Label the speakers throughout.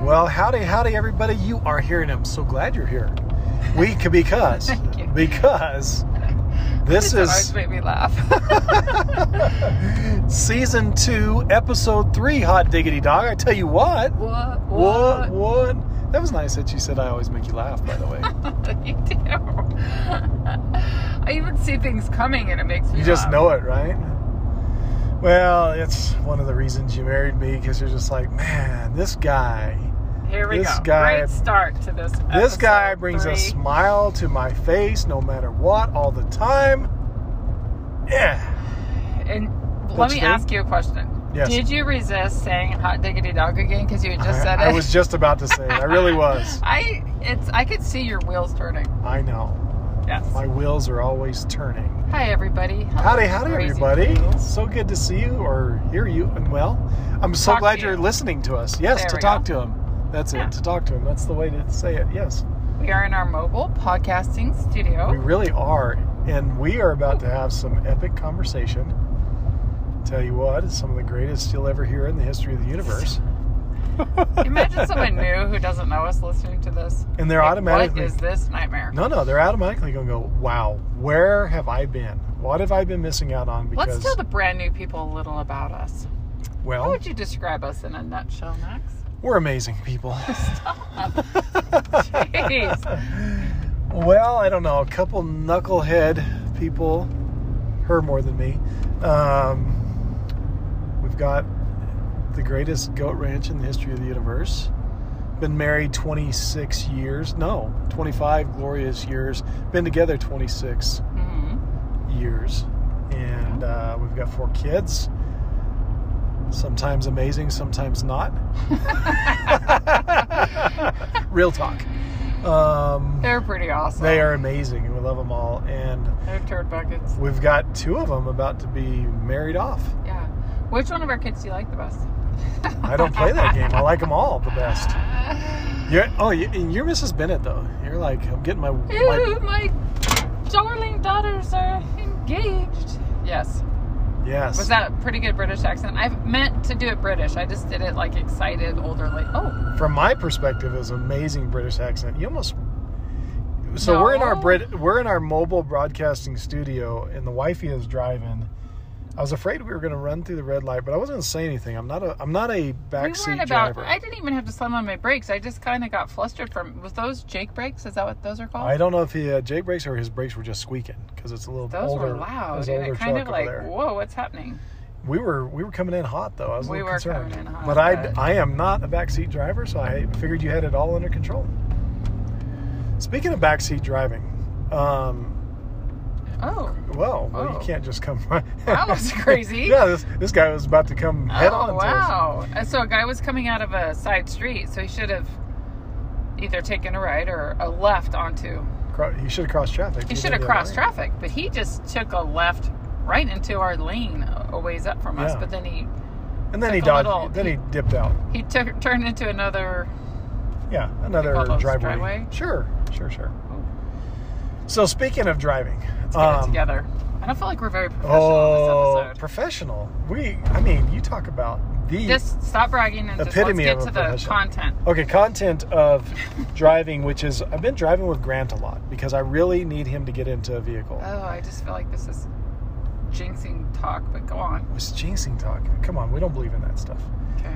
Speaker 1: Well, howdy, howdy, everybody. You are here, and I'm so glad you're here. We c- because
Speaker 2: Thank you.
Speaker 1: because
Speaker 2: This
Speaker 1: this is
Speaker 2: always made me laugh.
Speaker 1: season two, episode three. Hot diggity dog! I tell you what,
Speaker 2: what?
Speaker 1: what, what? That was nice that you said I always make you laugh. By the way,
Speaker 2: you do. I even see things coming and it makes me
Speaker 1: you just
Speaker 2: laugh.
Speaker 1: know it, right? Well, it's one of the reasons you married me because you're just like, man, this guy,
Speaker 2: Here we
Speaker 1: this
Speaker 2: go.
Speaker 1: guy-
Speaker 2: Great start to this.
Speaker 1: this
Speaker 2: episode
Speaker 1: guy brings
Speaker 2: three.
Speaker 1: a smile to my face no matter what, all the time. Yeah.
Speaker 2: And let
Speaker 1: Don't you
Speaker 2: me
Speaker 1: think?
Speaker 2: ask you a question.
Speaker 1: Yes.
Speaker 2: Did you resist saying hot diggity dog again because you had just
Speaker 1: I,
Speaker 2: said it?
Speaker 1: I was just about to say it. I really was.
Speaker 2: I it's I could see your wheels turning.
Speaker 1: I know.
Speaker 2: Yes.
Speaker 1: My wheels are always turning.
Speaker 2: Hi everybody. Hello,
Speaker 1: Howdy, howdy,
Speaker 2: crazy
Speaker 1: everybody.
Speaker 2: people.
Speaker 1: It's so good to see you or hear you. And well, I'm so
Speaker 2: Talk to
Speaker 1: glad you're
Speaker 2: you.
Speaker 1: listening to us. Yes,
Speaker 2: There
Speaker 1: to
Speaker 2: we
Speaker 1: talk
Speaker 2: go.
Speaker 1: to him. That's
Speaker 2: Yeah.
Speaker 1: it, to talk to him. That's the way to say it. Yes.
Speaker 2: We are in our mobile podcasting
Speaker 1: We
Speaker 2: studio.
Speaker 1: really are. And we are about to have some epic conversation. Tell you what, it's some of the greatest you'll ever hear in the history of the universe.
Speaker 2: Imagine someone new who doesn't know us listening to this.
Speaker 1: And they're
Speaker 2: Like,
Speaker 1: automatically
Speaker 2: What is this nightmare?
Speaker 1: No, no, they're automatically going to go, "Wow, where have I been? What have I been missing out on?" Because
Speaker 2: Let's tell the brand new people a little about us. How
Speaker 1: well,
Speaker 2: would you describe us in a nutshell, Max?
Speaker 1: we're amazing people.
Speaker 2: Stop.
Speaker 1: well, I don't know, a couple knucklehead people, her more than me. Um, we've got the greatest goat ranch in the history of the universe. Been married 26 years. No, 25 glorious years. Been together 26.
Speaker 2: Mhm.
Speaker 1: years, and uh, we've got four kids. Sometimes amazing, sometimes not. Real talk. Um,
Speaker 2: They're pretty awesome.
Speaker 1: they are amazing, and we love them all. And
Speaker 2: They're turd buckets.
Speaker 1: we've got two of them about to be married off.
Speaker 2: Yeah. Which one of our kids do you like the best?
Speaker 1: I don't play that game. I like them all the best. You're, oh, you- and you're Mrs. Bennett though. You're like I'm getting my, my
Speaker 2: Ooh, my darling daughters are engaged. Yes.
Speaker 1: yes.
Speaker 2: Was that a pretty good British accent? I meant to do it British. I just did it like excited, older, like, oh,
Speaker 1: from my perspective is amazing British accent. You almost so
Speaker 2: No.
Speaker 1: we're in our Brit we're in our mobile broadcasting studio and the wifey is driving. I was afraid we were going to run through the red light, but I wasn't going to say anything. I'm not a I'm not
Speaker 2: we
Speaker 1: a backseat
Speaker 2: weren't about.
Speaker 1: driver.
Speaker 2: I didn't even have to slam on my brakes. I just kind of got flustered from. Was those Jake brakes? Is that what those are called?
Speaker 1: I don't know if he had Jake brakes or his brakes were just squeaking because it's a little
Speaker 2: Those
Speaker 1: older.
Speaker 2: were loud,
Speaker 1: it's
Speaker 2: and
Speaker 1: older
Speaker 2: it kind of
Speaker 1: truck over
Speaker 2: like,
Speaker 1: there.
Speaker 2: whoa, what's happening?
Speaker 1: we were we were coming in hot though. I was a
Speaker 2: We
Speaker 1: little
Speaker 2: were
Speaker 1: concerned.
Speaker 2: coming in hot,
Speaker 1: but I
Speaker 2: but-
Speaker 1: I am not a backseat driver, so I figured you had it all under control. Speaking of backseat driving, um,
Speaker 2: Oh,
Speaker 1: well, well,
Speaker 2: Oh.
Speaker 1: you can't just come.
Speaker 2: That was crazy.
Speaker 1: yeah, this this guy was about to come head
Speaker 2: oh,
Speaker 1: on. to us.
Speaker 2: wow! Uh, So a guy was coming out of a side street, so he should have either taken a right or a left onto.
Speaker 1: Cro- He should have crossed traffic.
Speaker 2: He
Speaker 1: did
Speaker 2: should have
Speaker 1: the other
Speaker 2: crossed
Speaker 1: way.
Speaker 2: traffic, but he just took a left right into our lane a a ways up from us.
Speaker 1: Yeah.
Speaker 2: But then he
Speaker 1: And then he
Speaker 2: Took a
Speaker 1: dodged.
Speaker 2: little-
Speaker 1: then he dipped out.
Speaker 2: he took turned into another.
Speaker 1: Yeah, another
Speaker 2: call those
Speaker 1: driveway.
Speaker 2: driveway?
Speaker 1: Sure, sure, sure.
Speaker 2: Oh.
Speaker 1: So speaking of driving,
Speaker 2: Let's get it together. I don't feel like we're very professional
Speaker 1: Um, Oh,
Speaker 2: on this episode.
Speaker 1: professional. We, I mean, you talk about the
Speaker 2: Just stop bragging and just let's
Speaker 1: Epitome
Speaker 2: get
Speaker 1: of a
Speaker 2: to the
Speaker 1: professional.
Speaker 2: content.
Speaker 1: okay content of driving, which is I've been driving with Grant a lot because I really need him to get into a vehicle.
Speaker 2: Oh, I just feel like this is jinxing talk, but go on.
Speaker 1: What's jinxing talk? Come on, we don't believe in that stuff.
Speaker 2: Okay.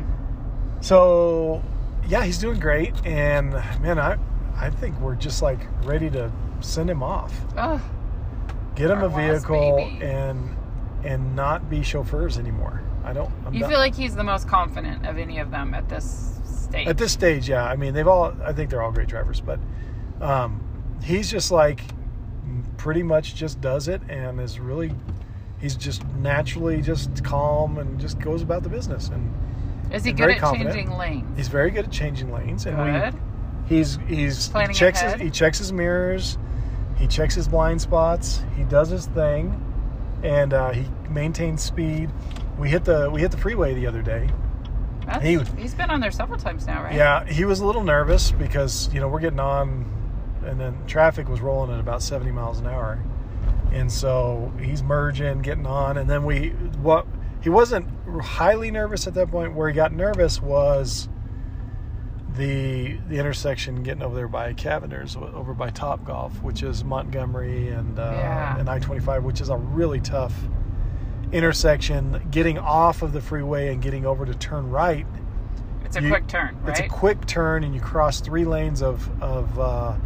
Speaker 1: So, yeah, he's doing great, and man, I, I think we're just like ready to send him off,
Speaker 2: Ugh.
Speaker 1: get him
Speaker 2: Our
Speaker 1: a
Speaker 2: last
Speaker 1: vehicle,
Speaker 2: baby.
Speaker 1: and and not be chauffeurs anymore. I don't. I'm
Speaker 2: you
Speaker 1: done.
Speaker 2: feel like he's the most confident of any of them at this stage.
Speaker 1: at this stage, yeah. I mean, they've all. I think they're all great drivers, but um, he's just like pretty much just does it and is really. He's just naturally just calm and just goes about the business, and
Speaker 2: is he
Speaker 1: I'm
Speaker 2: good
Speaker 1: very
Speaker 2: at
Speaker 1: confident.
Speaker 2: changing lanes?
Speaker 1: he's very good at changing lanes. And
Speaker 2: good.
Speaker 1: we, he's he's
Speaker 2: Planning
Speaker 1: checks his,
Speaker 2: ahead.
Speaker 1: he checks his mirrors, he checks his blind spots, he does his thing, and uh, he maintains speed. We hit the we hit the freeway the other day,
Speaker 2: That's,
Speaker 1: he-
Speaker 2: he's been on there several times now, right?
Speaker 1: Yeah, he was a little nervous because you know we're getting on, and then traffic was rolling at about seventy miles an hour, and so he's merging, getting on, and then we what he wasn't highly nervous at that point. Where he got nervous was the the intersection getting over there by Cavender's, o- over by Top Golf, which is Montgomery and uh,
Speaker 2: Yeah.
Speaker 1: and I twenty five, which is a really tough intersection. Getting off of the freeway and getting over to turn right,
Speaker 2: It's a
Speaker 1: You-
Speaker 2: quick turn, right?
Speaker 1: it's a quick turn, and you cross three lanes of of. Uh,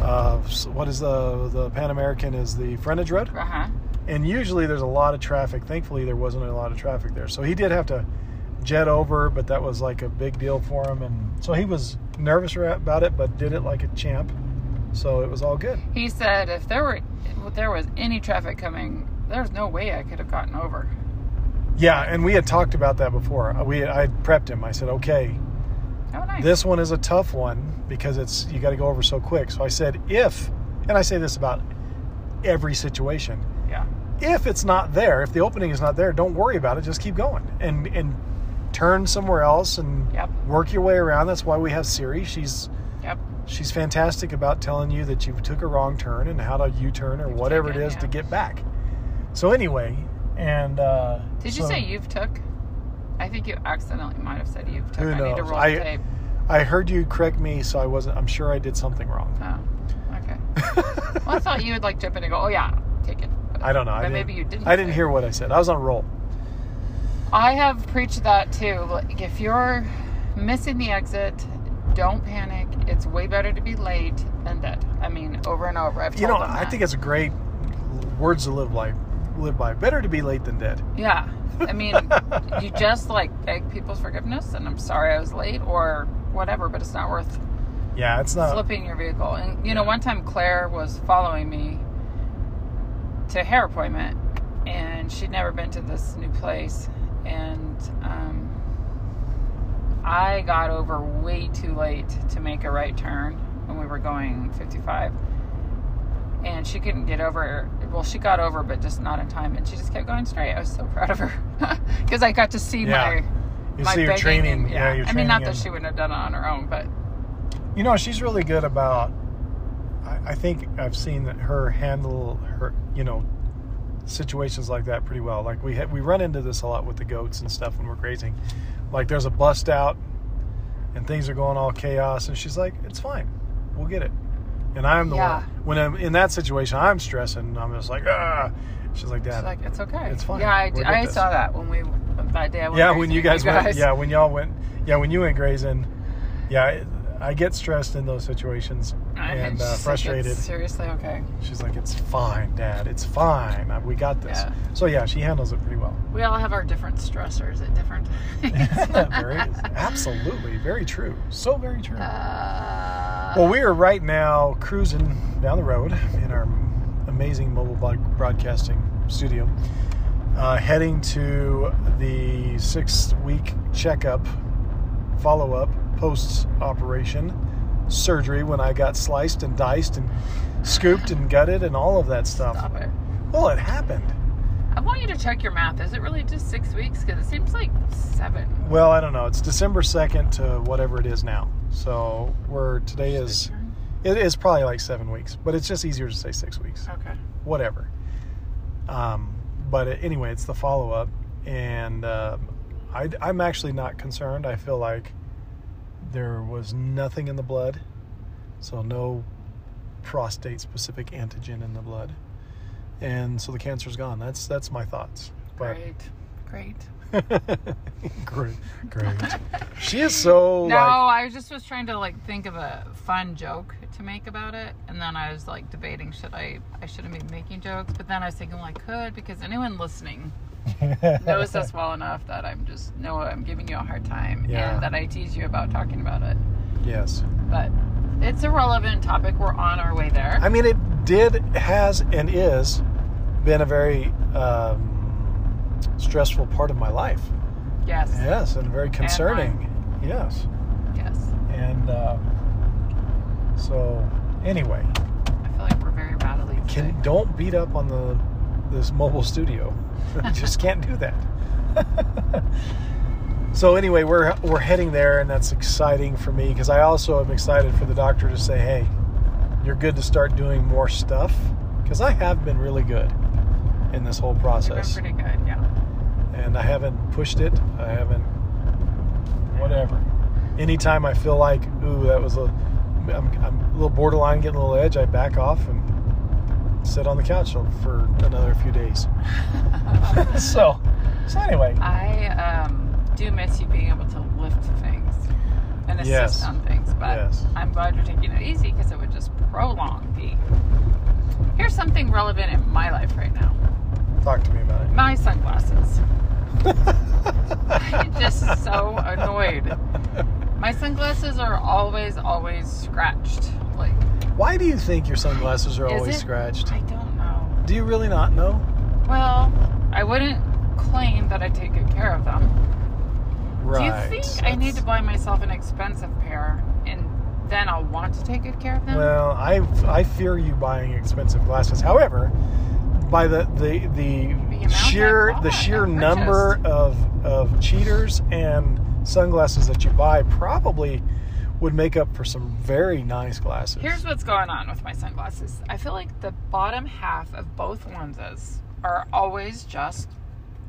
Speaker 1: of s- what is the the Pan American is the frontage road,
Speaker 2: uh huh.
Speaker 1: and usually there's a lot of traffic. Thankfully, there wasn't a lot of traffic there, so he did have to jet over, but that was like a big deal for him, and so he was nervous ra- about it, but did it like a champ. So it was all good.
Speaker 2: He said if there were if there was any traffic coming, there's no way I could have gotten over.
Speaker 1: Yeah, and we had talked about that before. Uh, We I had prepped him. I said, okay,
Speaker 2: Oh, nice.
Speaker 1: this one is a tough one because it's you got to go over so quick. So I said, if, and I say this about every situation,
Speaker 2: yeah.
Speaker 1: if it's not there, if the opening is not there, don't worry about it. Just keep going and and turn somewhere else and
Speaker 2: Yep.
Speaker 1: work your way around. That's why we have Siri. She's
Speaker 2: Yep.
Speaker 1: she's fantastic about telling you that you took a wrong turn and how to U-turn or
Speaker 2: You've
Speaker 1: whatever
Speaker 2: taken,
Speaker 1: it is to
Speaker 2: yeah.
Speaker 1: get back. So anyway, and uh,
Speaker 2: Did you
Speaker 1: so
Speaker 2: say you've took? I think you accidentally might have said you've took.
Speaker 1: Who
Speaker 2: I need to
Speaker 1: knows?
Speaker 2: roll
Speaker 1: I-
Speaker 2: the tape.
Speaker 1: I heard you correct me, so I wasn't. I'm sure I did something wrong.
Speaker 2: Oh, okay. well, I thought you would like jump in and go, oh yeah, take it. But-
Speaker 1: I don't know. I
Speaker 2: But
Speaker 1: didn't-
Speaker 2: maybe you didn't.
Speaker 1: I didn't
Speaker 2: say it.
Speaker 1: hear what I said. I was on a roll.
Speaker 2: I have preached that too. Like if you're missing the exit, don't panic. It's way better to be late than dead. I mean, over and over. I've
Speaker 1: You know,
Speaker 2: told them
Speaker 1: I
Speaker 2: that.
Speaker 1: think it's a great words to live by. Live by. Better to be late than dead.
Speaker 2: yeah. I mean, you just like beg people's forgiveness, and I'm sorry I was late or whatever, but it's not worth
Speaker 1: Yeah, it's not.
Speaker 2: flipping your vehicle. And you know, one time Claire was following me to a hair appointment, and she'd never been to this new place, and um, I got over way too late to make a right turn when we were going 55. And she couldn't get over. Well, she got over, but just not in time. And she just kept going straight. I was so proud of her because I got to see
Speaker 1: Yeah.
Speaker 2: my
Speaker 1: You
Speaker 2: my
Speaker 1: see your
Speaker 2: begging
Speaker 1: training.
Speaker 2: and-
Speaker 1: yeah, your
Speaker 2: I
Speaker 1: training.
Speaker 2: mean, not that
Speaker 1: and-
Speaker 2: she wouldn't have done it on her own, but
Speaker 1: You know, she's really good about. I, I think I've seen that her handle her, you know, situations like that pretty well. Like we ha- we run into this a lot with the goats and stuff when we're grazing. Like there's a bust out, and things are going all chaos, and she's like, "It's fine, we'll get it." And I'm the
Speaker 2: Yeah.
Speaker 1: one when I'm in that situation, I'm stressing. I'm just like, ah. She's like,
Speaker 2: She's
Speaker 1: "Dad,
Speaker 2: like, it's okay.
Speaker 1: It's fine.
Speaker 2: Yeah, I,
Speaker 1: We'll
Speaker 2: d-
Speaker 1: get
Speaker 2: I
Speaker 1: this.
Speaker 2: saw that when we that day. I went
Speaker 1: yeah
Speaker 2: grazing
Speaker 1: when you
Speaker 2: with
Speaker 1: guys, went yeah when y'all went yeah when you went grazing yeah i, I get stressed in those situations
Speaker 2: I-
Speaker 1: and
Speaker 2: she's
Speaker 1: uh,
Speaker 2: like, "It's
Speaker 1: frustrated
Speaker 2: seriously, okay.
Speaker 1: she's like it's fine dad it's fine Uh, we got this
Speaker 2: Yeah.
Speaker 1: so yeah she handles it pretty well
Speaker 2: We all have our different stressors at different times.
Speaker 1: very, absolutely very true so very true
Speaker 2: Uh,
Speaker 1: well we are right now cruising down the road in our amazing mobile bod- broadcasting studio uh, heading to the sixth week checkup, follow up, post operation surgery when I got sliced and diced and scooped and gutted and all of that stuff.
Speaker 2: stop it.
Speaker 1: Well, it happened.
Speaker 2: I want you to check your math. Is it really just six weeks? Because it seems like seven.
Speaker 1: Well, I don't know. It's December 2nd to whatever it is now. So we're today is it is probably like seven weeks, but it's just easier to say six weeks.
Speaker 2: Okay.
Speaker 1: whatever. Um, but it, anyway, it's the follow up, and um I, I'm actually not concerned. I feel like there was nothing in the blood, so no prostate specific antigen in the blood, and so the cancer's gone. That's that's my thoughts. But
Speaker 2: Great. Great.
Speaker 1: great, great. She is so
Speaker 2: No,
Speaker 1: like
Speaker 2: I just was trying to like think of a fun joke to make about it, and then I was like debating should I I shouldn't be making jokes, but then I was thinking well, I could because anyone listening knows us well enough that I'm just no I'm giving you a hard time
Speaker 1: Yeah.
Speaker 2: and that I tease you about talking about it,
Speaker 1: yes.
Speaker 2: but it's a relevant topic. We're on our way there.
Speaker 1: I mean, it did, has, and is been a very um, stressful part of my life.
Speaker 2: yes.
Speaker 1: Yes, and very concerning. yes,
Speaker 2: Yes.
Speaker 1: and uh, so anyway,
Speaker 2: I feel like we're very rattly.
Speaker 1: can
Speaker 2: today.
Speaker 1: don't beat up on the this mobile studio. Just can't do that. so anyway, we're we're heading there, and that's exciting for me because I also am excited for the doctor to say, "Hey, you're good to start doing more stuff," because I have been really good in this whole
Speaker 2: You've been
Speaker 1: process,
Speaker 2: pretty good, yeah.
Speaker 1: and I haven't pushed it. I haven't whatever. anytime I feel like, ooh, that was a, I'm, I'm a little borderline getting a little edge, I back off and sit on the couch for another few days. so, so anyway,
Speaker 2: I um, do miss you being able to lift things and assist
Speaker 1: Yes.
Speaker 2: on things, but
Speaker 1: Yes.
Speaker 2: I'm glad you're taking it easy because it would just prolong the. Here's something relevant in my life right now
Speaker 1: talk to me about it.
Speaker 2: my sunglasses. I'm just so annoyed. My sunglasses are always, always scratched. Like,
Speaker 1: Why do you think your sunglasses are
Speaker 2: Is
Speaker 1: always
Speaker 2: it?
Speaker 1: scratched?
Speaker 2: I don't know.
Speaker 1: Do you really not know?
Speaker 2: Well, I wouldn't claim that I take good care of them.
Speaker 1: Right.
Speaker 2: Do you think I need to buy myself an expensive pair and then I'll want to take good care of them?
Speaker 1: Well, I I fear you buying expensive glasses. However, by the the the,
Speaker 2: amount
Speaker 1: sheer
Speaker 2: I
Speaker 1: the
Speaker 2: bought
Speaker 1: sheer
Speaker 2: and
Speaker 1: number of of cheaters and sunglasses that you buy probably would make up for some very nice glasses.
Speaker 2: Here's what's going on with my sunglasses. I feel like the bottom half of both lenses are always just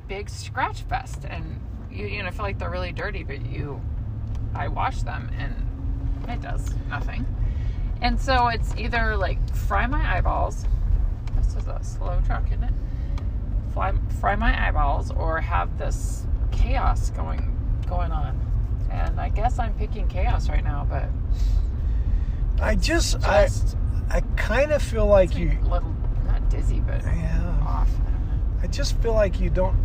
Speaker 2: big scratch fest, and you you know I feel like they're really dirty, but you, I wash them and it does nothing. And so it's either like fry my eyeballs. This is a slow truck, isn't it? Fly, fry my eyeballs, or have this chaos going going on. And I guess I'm picking chaos right now, but
Speaker 1: I just,
Speaker 2: Just-
Speaker 1: I I kind of feel like you
Speaker 2: a little not dizzy but
Speaker 1: yeah,
Speaker 2: off I don't know.
Speaker 1: I just feel like you don't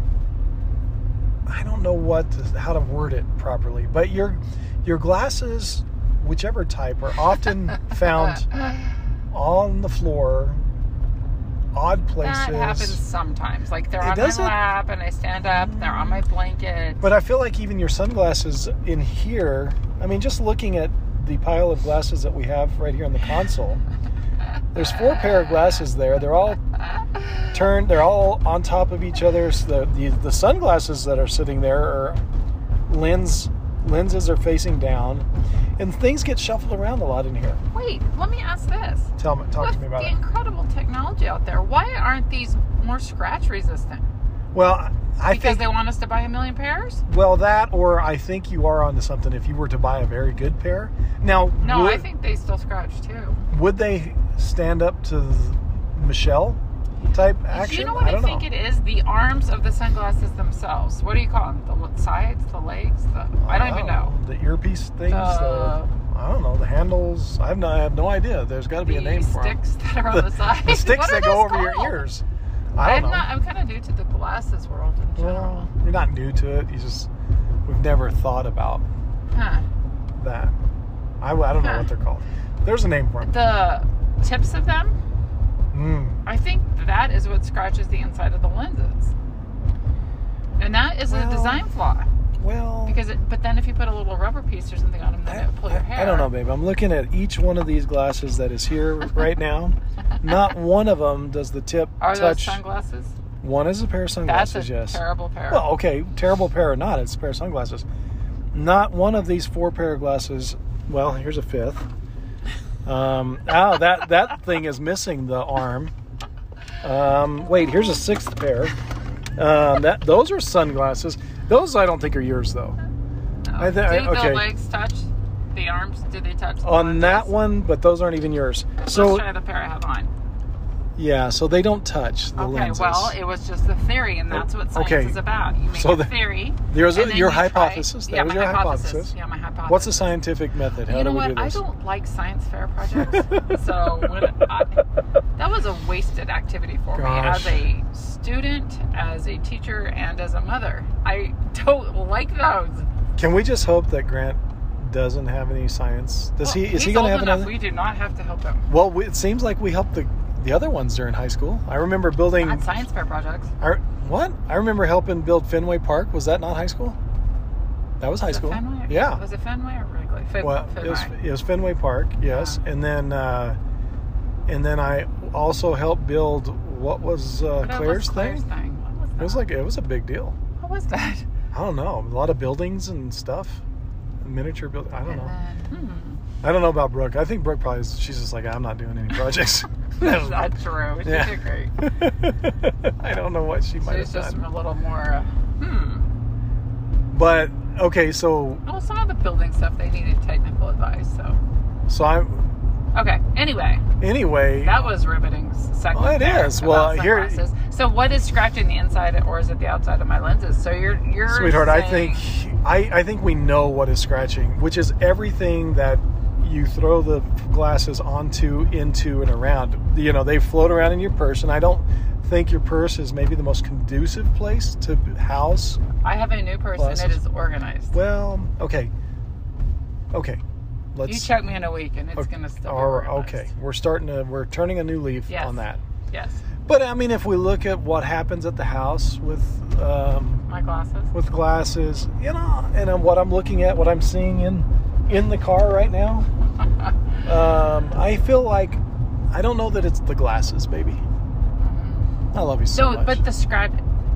Speaker 1: I don't know what to, how to word it properly, but your your glasses whichever type are often found on the floor, odd places.
Speaker 2: that happens sometimes like they're
Speaker 1: It
Speaker 2: on
Speaker 1: doesn't-
Speaker 2: my lap and i stand up and they're on my blanket
Speaker 1: But I feel like even your sunglasses in here, I mean, just looking at the pile of glasses that we have right here on the console, there's four pair of glasses there. They're all turned, they're all on top of each other. So the, the, the sunglasses that are sitting there are lens, lenses are facing down. And things get shuffled around a lot in here.
Speaker 2: wait let me ask this
Speaker 1: Tell me, talk
Speaker 2: with
Speaker 1: to me about
Speaker 2: the
Speaker 1: it.
Speaker 2: incredible technology out there why aren't these more scratch resistant
Speaker 1: Well, I- I
Speaker 2: because
Speaker 1: think
Speaker 2: they want us to buy a million pairs
Speaker 1: Well, that or I think you are onto something. If you were to buy a very good pair, now
Speaker 2: no
Speaker 1: would,
Speaker 2: i think they still scratch too
Speaker 1: would they stand up to the Michelle type
Speaker 2: Do
Speaker 1: action?
Speaker 2: you know what
Speaker 1: I
Speaker 2: i,
Speaker 1: don't
Speaker 2: think
Speaker 1: know.
Speaker 2: it is the arms of the sunglasses themselves what do you call them the l- sides the legs the i don't even know
Speaker 1: the earpiece things.
Speaker 2: Uh,
Speaker 1: the, I don't know the handles. I have no, I have no idea. There's got to be a name
Speaker 2: the
Speaker 1: for 'em.
Speaker 2: sticks that are on the, side.
Speaker 1: The sticks
Speaker 2: What are
Speaker 1: that go
Speaker 2: those
Speaker 1: over
Speaker 2: called?
Speaker 1: your ears. I
Speaker 2: I'm
Speaker 1: don't know.
Speaker 2: not. I'm kind of new to the glasses world in general.
Speaker 1: well, you're not new to it. You just we've never thought about
Speaker 2: Huh.
Speaker 1: that. I, I don't know
Speaker 2: Huh.
Speaker 1: what they're called. There's a name for them.
Speaker 2: The tips of them.
Speaker 1: Mm.
Speaker 2: I think that is what scratches the inside of the lenses, and that is
Speaker 1: Well-
Speaker 2: a design flaw.
Speaker 1: Well,
Speaker 2: Because, it, but then if you put a little rubber piece or something on them, then it will pull your hair.
Speaker 1: I don't know, babe. I'm looking at each one of these glasses that is here right now. Not one of them does the tip
Speaker 2: Are
Speaker 1: touch.
Speaker 2: those sunglasses?
Speaker 1: one is a pair of
Speaker 2: That's
Speaker 1: sunglasses,
Speaker 2: a
Speaker 1: yes.
Speaker 2: terrible pair.
Speaker 1: well, okay, terrible pair or not, it's a pair of sunglasses. Not one of these four pair of glasses. Well, here's a fifth. Um, oh, that that thing is missing the arm. Um, wait, here's a sixth pair. Um, that those are sunglasses. Those I don't think are yours though.
Speaker 2: No.
Speaker 1: I thi- I-
Speaker 2: Do
Speaker 1: okay.
Speaker 2: the legs touch the arms? Do they touch the
Speaker 1: On that
Speaker 2: lenses?
Speaker 1: one, but those aren't even yours. So
Speaker 2: Let's try the pair I have on.
Speaker 1: Yeah, so they don't touch the
Speaker 2: Okay,
Speaker 1: lenses.
Speaker 2: well, it was just a theory, and that's what science
Speaker 1: Okay.
Speaker 2: is about. You make
Speaker 1: So
Speaker 2: a
Speaker 1: the-
Speaker 2: theory.
Speaker 1: There's
Speaker 2: and
Speaker 1: a,
Speaker 2: then
Speaker 1: your
Speaker 2: you try-
Speaker 1: hypothesis.
Speaker 2: yeah,
Speaker 1: that was
Speaker 2: my
Speaker 1: your
Speaker 2: hypothesis.
Speaker 1: hypothesis.
Speaker 2: Yeah, my hypothesis.
Speaker 1: What's the scientific method? How
Speaker 2: you know
Speaker 1: do we
Speaker 2: what?
Speaker 1: do
Speaker 2: I
Speaker 1: this?
Speaker 2: don't like science fair projects, so when I, that was a wasted activity for me as
Speaker 1: Gosh.
Speaker 2: a student, as a teacher, and as a mother. I don't like those.
Speaker 1: Can we just hope that Grant doesn't have any science? Does he?
Speaker 2: Well,
Speaker 1: Is he
Speaker 2: he's
Speaker 1: going to
Speaker 2: old
Speaker 1: have
Speaker 2: enough.
Speaker 1: another?
Speaker 2: We do not have to help him.
Speaker 1: Well, we, it seems like we helped the the other ones during high school. I remember building.
Speaker 2: Not science fair projects.
Speaker 1: I, what? I remember helping build Fenway Park. Was that not high school? That was high
Speaker 2: Was it
Speaker 1: school.
Speaker 2: Fenway?
Speaker 1: Yeah.
Speaker 2: Was it Fenway Uh-huh. or Wrigley? Fen-
Speaker 1: well, It, was,
Speaker 2: Fenway.
Speaker 1: it was Fenway Park, yes, and then uh, and then I also helped build what was uh,
Speaker 2: What
Speaker 1: Claire's
Speaker 2: was Claire's
Speaker 1: thing.
Speaker 2: thing. What was that?
Speaker 1: It was like it was a big deal.
Speaker 2: what was that?
Speaker 1: I don't know, a lot of buildings and stuff, miniature build. I don't
Speaker 2: And uh,
Speaker 1: know.
Speaker 2: then,
Speaker 1: I don't know about Brooke. I think Brooke probably is, she's just like I'm not doing any projects.
Speaker 2: hmm, that's not true. She
Speaker 1: Yeah.
Speaker 2: did great.
Speaker 1: I don't know what she might
Speaker 2: She's
Speaker 1: have
Speaker 2: just
Speaker 1: done.
Speaker 2: a little more. Uh, hmm.
Speaker 1: But okay, so
Speaker 2: Well, some of the building stuff they needed technical advice. So
Speaker 1: so I
Speaker 2: okay. Anyway,
Speaker 1: anyway.
Speaker 2: that was riveting s- segment.
Speaker 1: Well, it
Speaker 2: there
Speaker 1: is. Well,
Speaker 2: about
Speaker 1: here-
Speaker 2: sunglasses. So what is scratching the inside, or is it the outside of my lenses? So you're you're
Speaker 1: sweetheart i
Speaker 2: saying-
Speaker 1: think I, I think we know what is scratching which is everything that you throw the glasses onto into and around you know they float around in your purse and i don't think your purse is maybe the most conducive place to house
Speaker 2: I have a new person. It
Speaker 1: Glasses.
Speaker 2: is organized.
Speaker 1: well okay okay let's
Speaker 2: you check me in a week, and it's
Speaker 1: okay,
Speaker 2: gonna still be
Speaker 1: or-
Speaker 2: organized.
Speaker 1: okay we're starting to we're turning a new leaf
Speaker 2: Yes.
Speaker 1: on that
Speaker 2: Yes,
Speaker 1: but i mean if we look at what happens at the house with um,
Speaker 2: my glasses.
Speaker 1: with glasses, you know, and um, what I'm looking at, what I'm seeing in in the car right now. Um, I feel like I don't know that it's the glasses, baby. I love you so,
Speaker 2: Mm-hmm. So,
Speaker 1: much.
Speaker 2: but the scratch.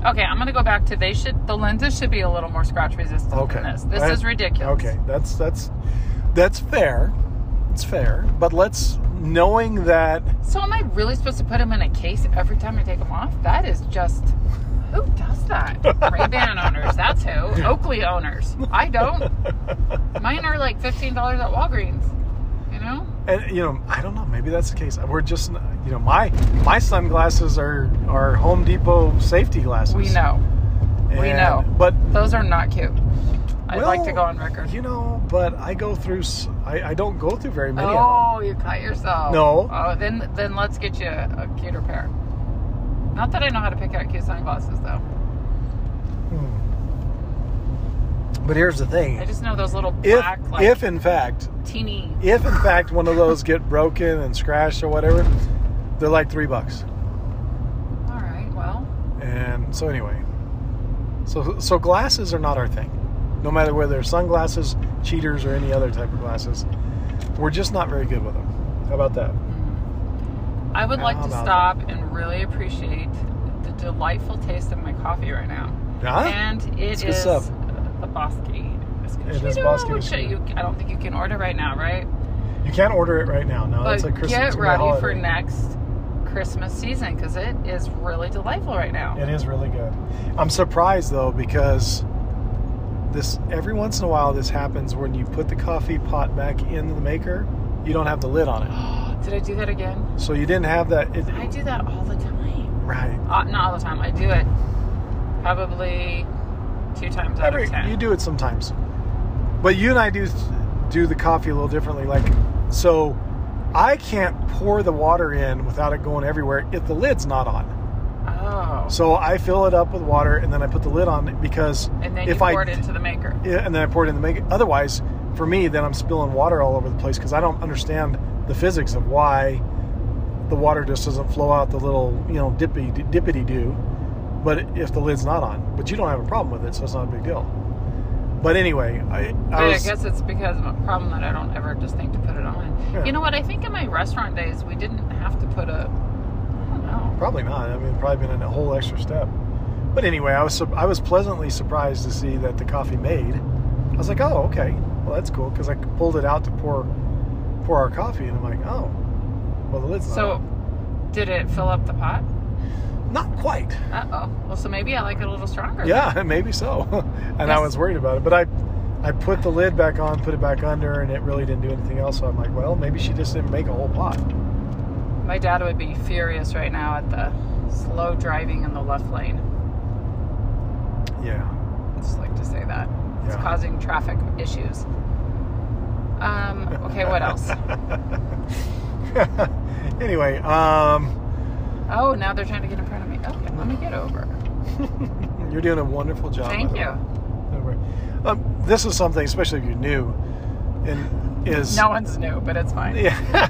Speaker 2: Okay, I'm gonna go back to they should the lenses should be a little more scratch resistant
Speaker 1: okay,
Speaker 2: than this. This
Speaker 1: I-
Speaker 2: is ridiculous.
Speaker 1: Okay, that's that's that's fair. It's fair, but let's knowing that
Speaker 2: So am I really supposed to put them in a case every time I take them off? That is just who does that? Ray Ban owners, that's who. Oakley owners. I don't. Mine are like fifteen dollars at Walgreens. You know?
Speaker 1: and you know i don't know maybe that's the case we're just you know my my sunglasses are are home depot safety glasses
Speaker 2: We know. we
Speaker 1: And-
Speaker 2: know.
Speaker 1: but
Speaker 2: Those are not cute. I'd like to
Speaker 1: Well,
Speaker 2: go on record.
Speaker 1: You know, but I go through. s- I, I don't go through very many
Speaker 2: oh, you cut yourself.
Speaker 1: No.
Speaker 2: Oh, then then let's get you a, a cuter pair. Not that I know how to pick out cute sunglasses though.
Speaker 1: of them. Hmm. But here's the
Speaker 2: I
Speaker 1: thing:
Speaker 2: just know those little
Speaker 1: if
Speaker 2: black like
Speaker 1: if in fact,
Speaker 2: teeny.
Speaker 1: if in fact one of those get broken and scratched or whatever, they're like three bucks.
Speaker 2: All right. Well,
Speaker 1: And so anyway, so so glasses are not our thing. No matter whether they're sunglasses, cheaters, or any other type of glasses, we're just not very good with them. How about that?
Speaker 2: I would
Speaker 1: How
Speaker 2: like to
Speaker 1: about
Speaker 2: stop and really appreciate the delightful taste of my coffee right now.
Speaker 1: Huh?
Speaker 2: And it is
Speaker 1: It's good stuff.
Speaker 2: the Bosky.
Speaker 1: It is Bosky Mosquito.
Speaker 2: You, I don't think you can order right now, right?
Speaker 1: you can't order it right now. No,
Speaker 2: but
Speaker 1: Uh, it's a Christmas
Speaker 2: get
Speaker 1: it's a
Speaker 2: ready for
Speaker 1: holiday.
Speaker 2: next Christmas season because it is really delightful right now.
Speaker 1: It is really good. I'm surprised though because this every once in a while this happens when you put the coffee pot back in the maker, you don't have the lid on it.
Speaker 2: Did I do that again?
Speaker 1: So you didn't have that it,
Speaker 2: I do that all the time.
Speaker 1: right.
Speaker 2: Uh, not all the time. I do it probably two times out
Speaker 1: Every,
Speaker 2: of ten.
Speaker 1: you do it sometimes. But you and I do do the coffee a little differently like so I can't pour the water in without it going everywhere if the lid's not on.
Speaker 2: Oh.
Speaker 1: So I fill it up with water and then I put the lid on it because
Speaker 2: and then you
Speaker 1: if
Speaker 2: pour
Speaker 1: I
Speaker 2: it into the maker.
Speaker 1: Yeah, and then I pour it in the make. Otherwise, for me, then I'm spilling water all over the place because I don't understand the physics of why the water just doesn't flow out the little you know dippy dippity do. But if the lid's not on, but you don't have a problem with it, so it's not a big deal. But anyway, I, I
Speaker 2: But
Speaker 1: was
Speaker 2: I guess it's because of a problem that I don't ever just think to put it on.
Speaker 1: Yeah.
Speaker 2: You know what? I think in my restaurant days, we didn't have to put a. I don't know.
Speaker 1: probably not. I mean, it'd probably been a whole extra step. But anyway, I was su- I was pleasantly surprised to see that the coffee made. I was like, oh, okay, well that's cool because I pulled it out to pour pour our coffee, and I'm like, oh, well the lid's not on.
Speaker 2: So, did it fill up the pot?
Speaker 1: Not quite.
Speaker 2: Uh oh. Well, so maybe I like it a little stronger.
Speaker 1: Yeah, maybe so. and I
Speaker 2: Yes.
Speaker 1: was worried about it, but I I put the lid back on, put it back under, and it really didn't do anything else. So I'm like, well, maybe she just didn't make a whole pot.
Speaker 2: My dad would be furious right now at the slow driving in the left lane.
Speaker 1: Yeah.
Speaker 2: I just like to say that. It's
Speaker 1: Yeah.
Speaker 2: causing traffic issues. Um, okay, what else?
Speaker 1: anyway, um,
Speaker 2: oh, now they're trying to get in front of me. Okay, let me get over.
Speaker 1: Oh, you're doing a wonderful job. by
Speaker 2: Thank
Speaker 1: the
Speaker 2: you.
Speaker 1: way. Don't worry. Um, this is something, especially if you're new, and is
Speaker 2: No one's new, but it's fine.
Speaker 1: Yeah.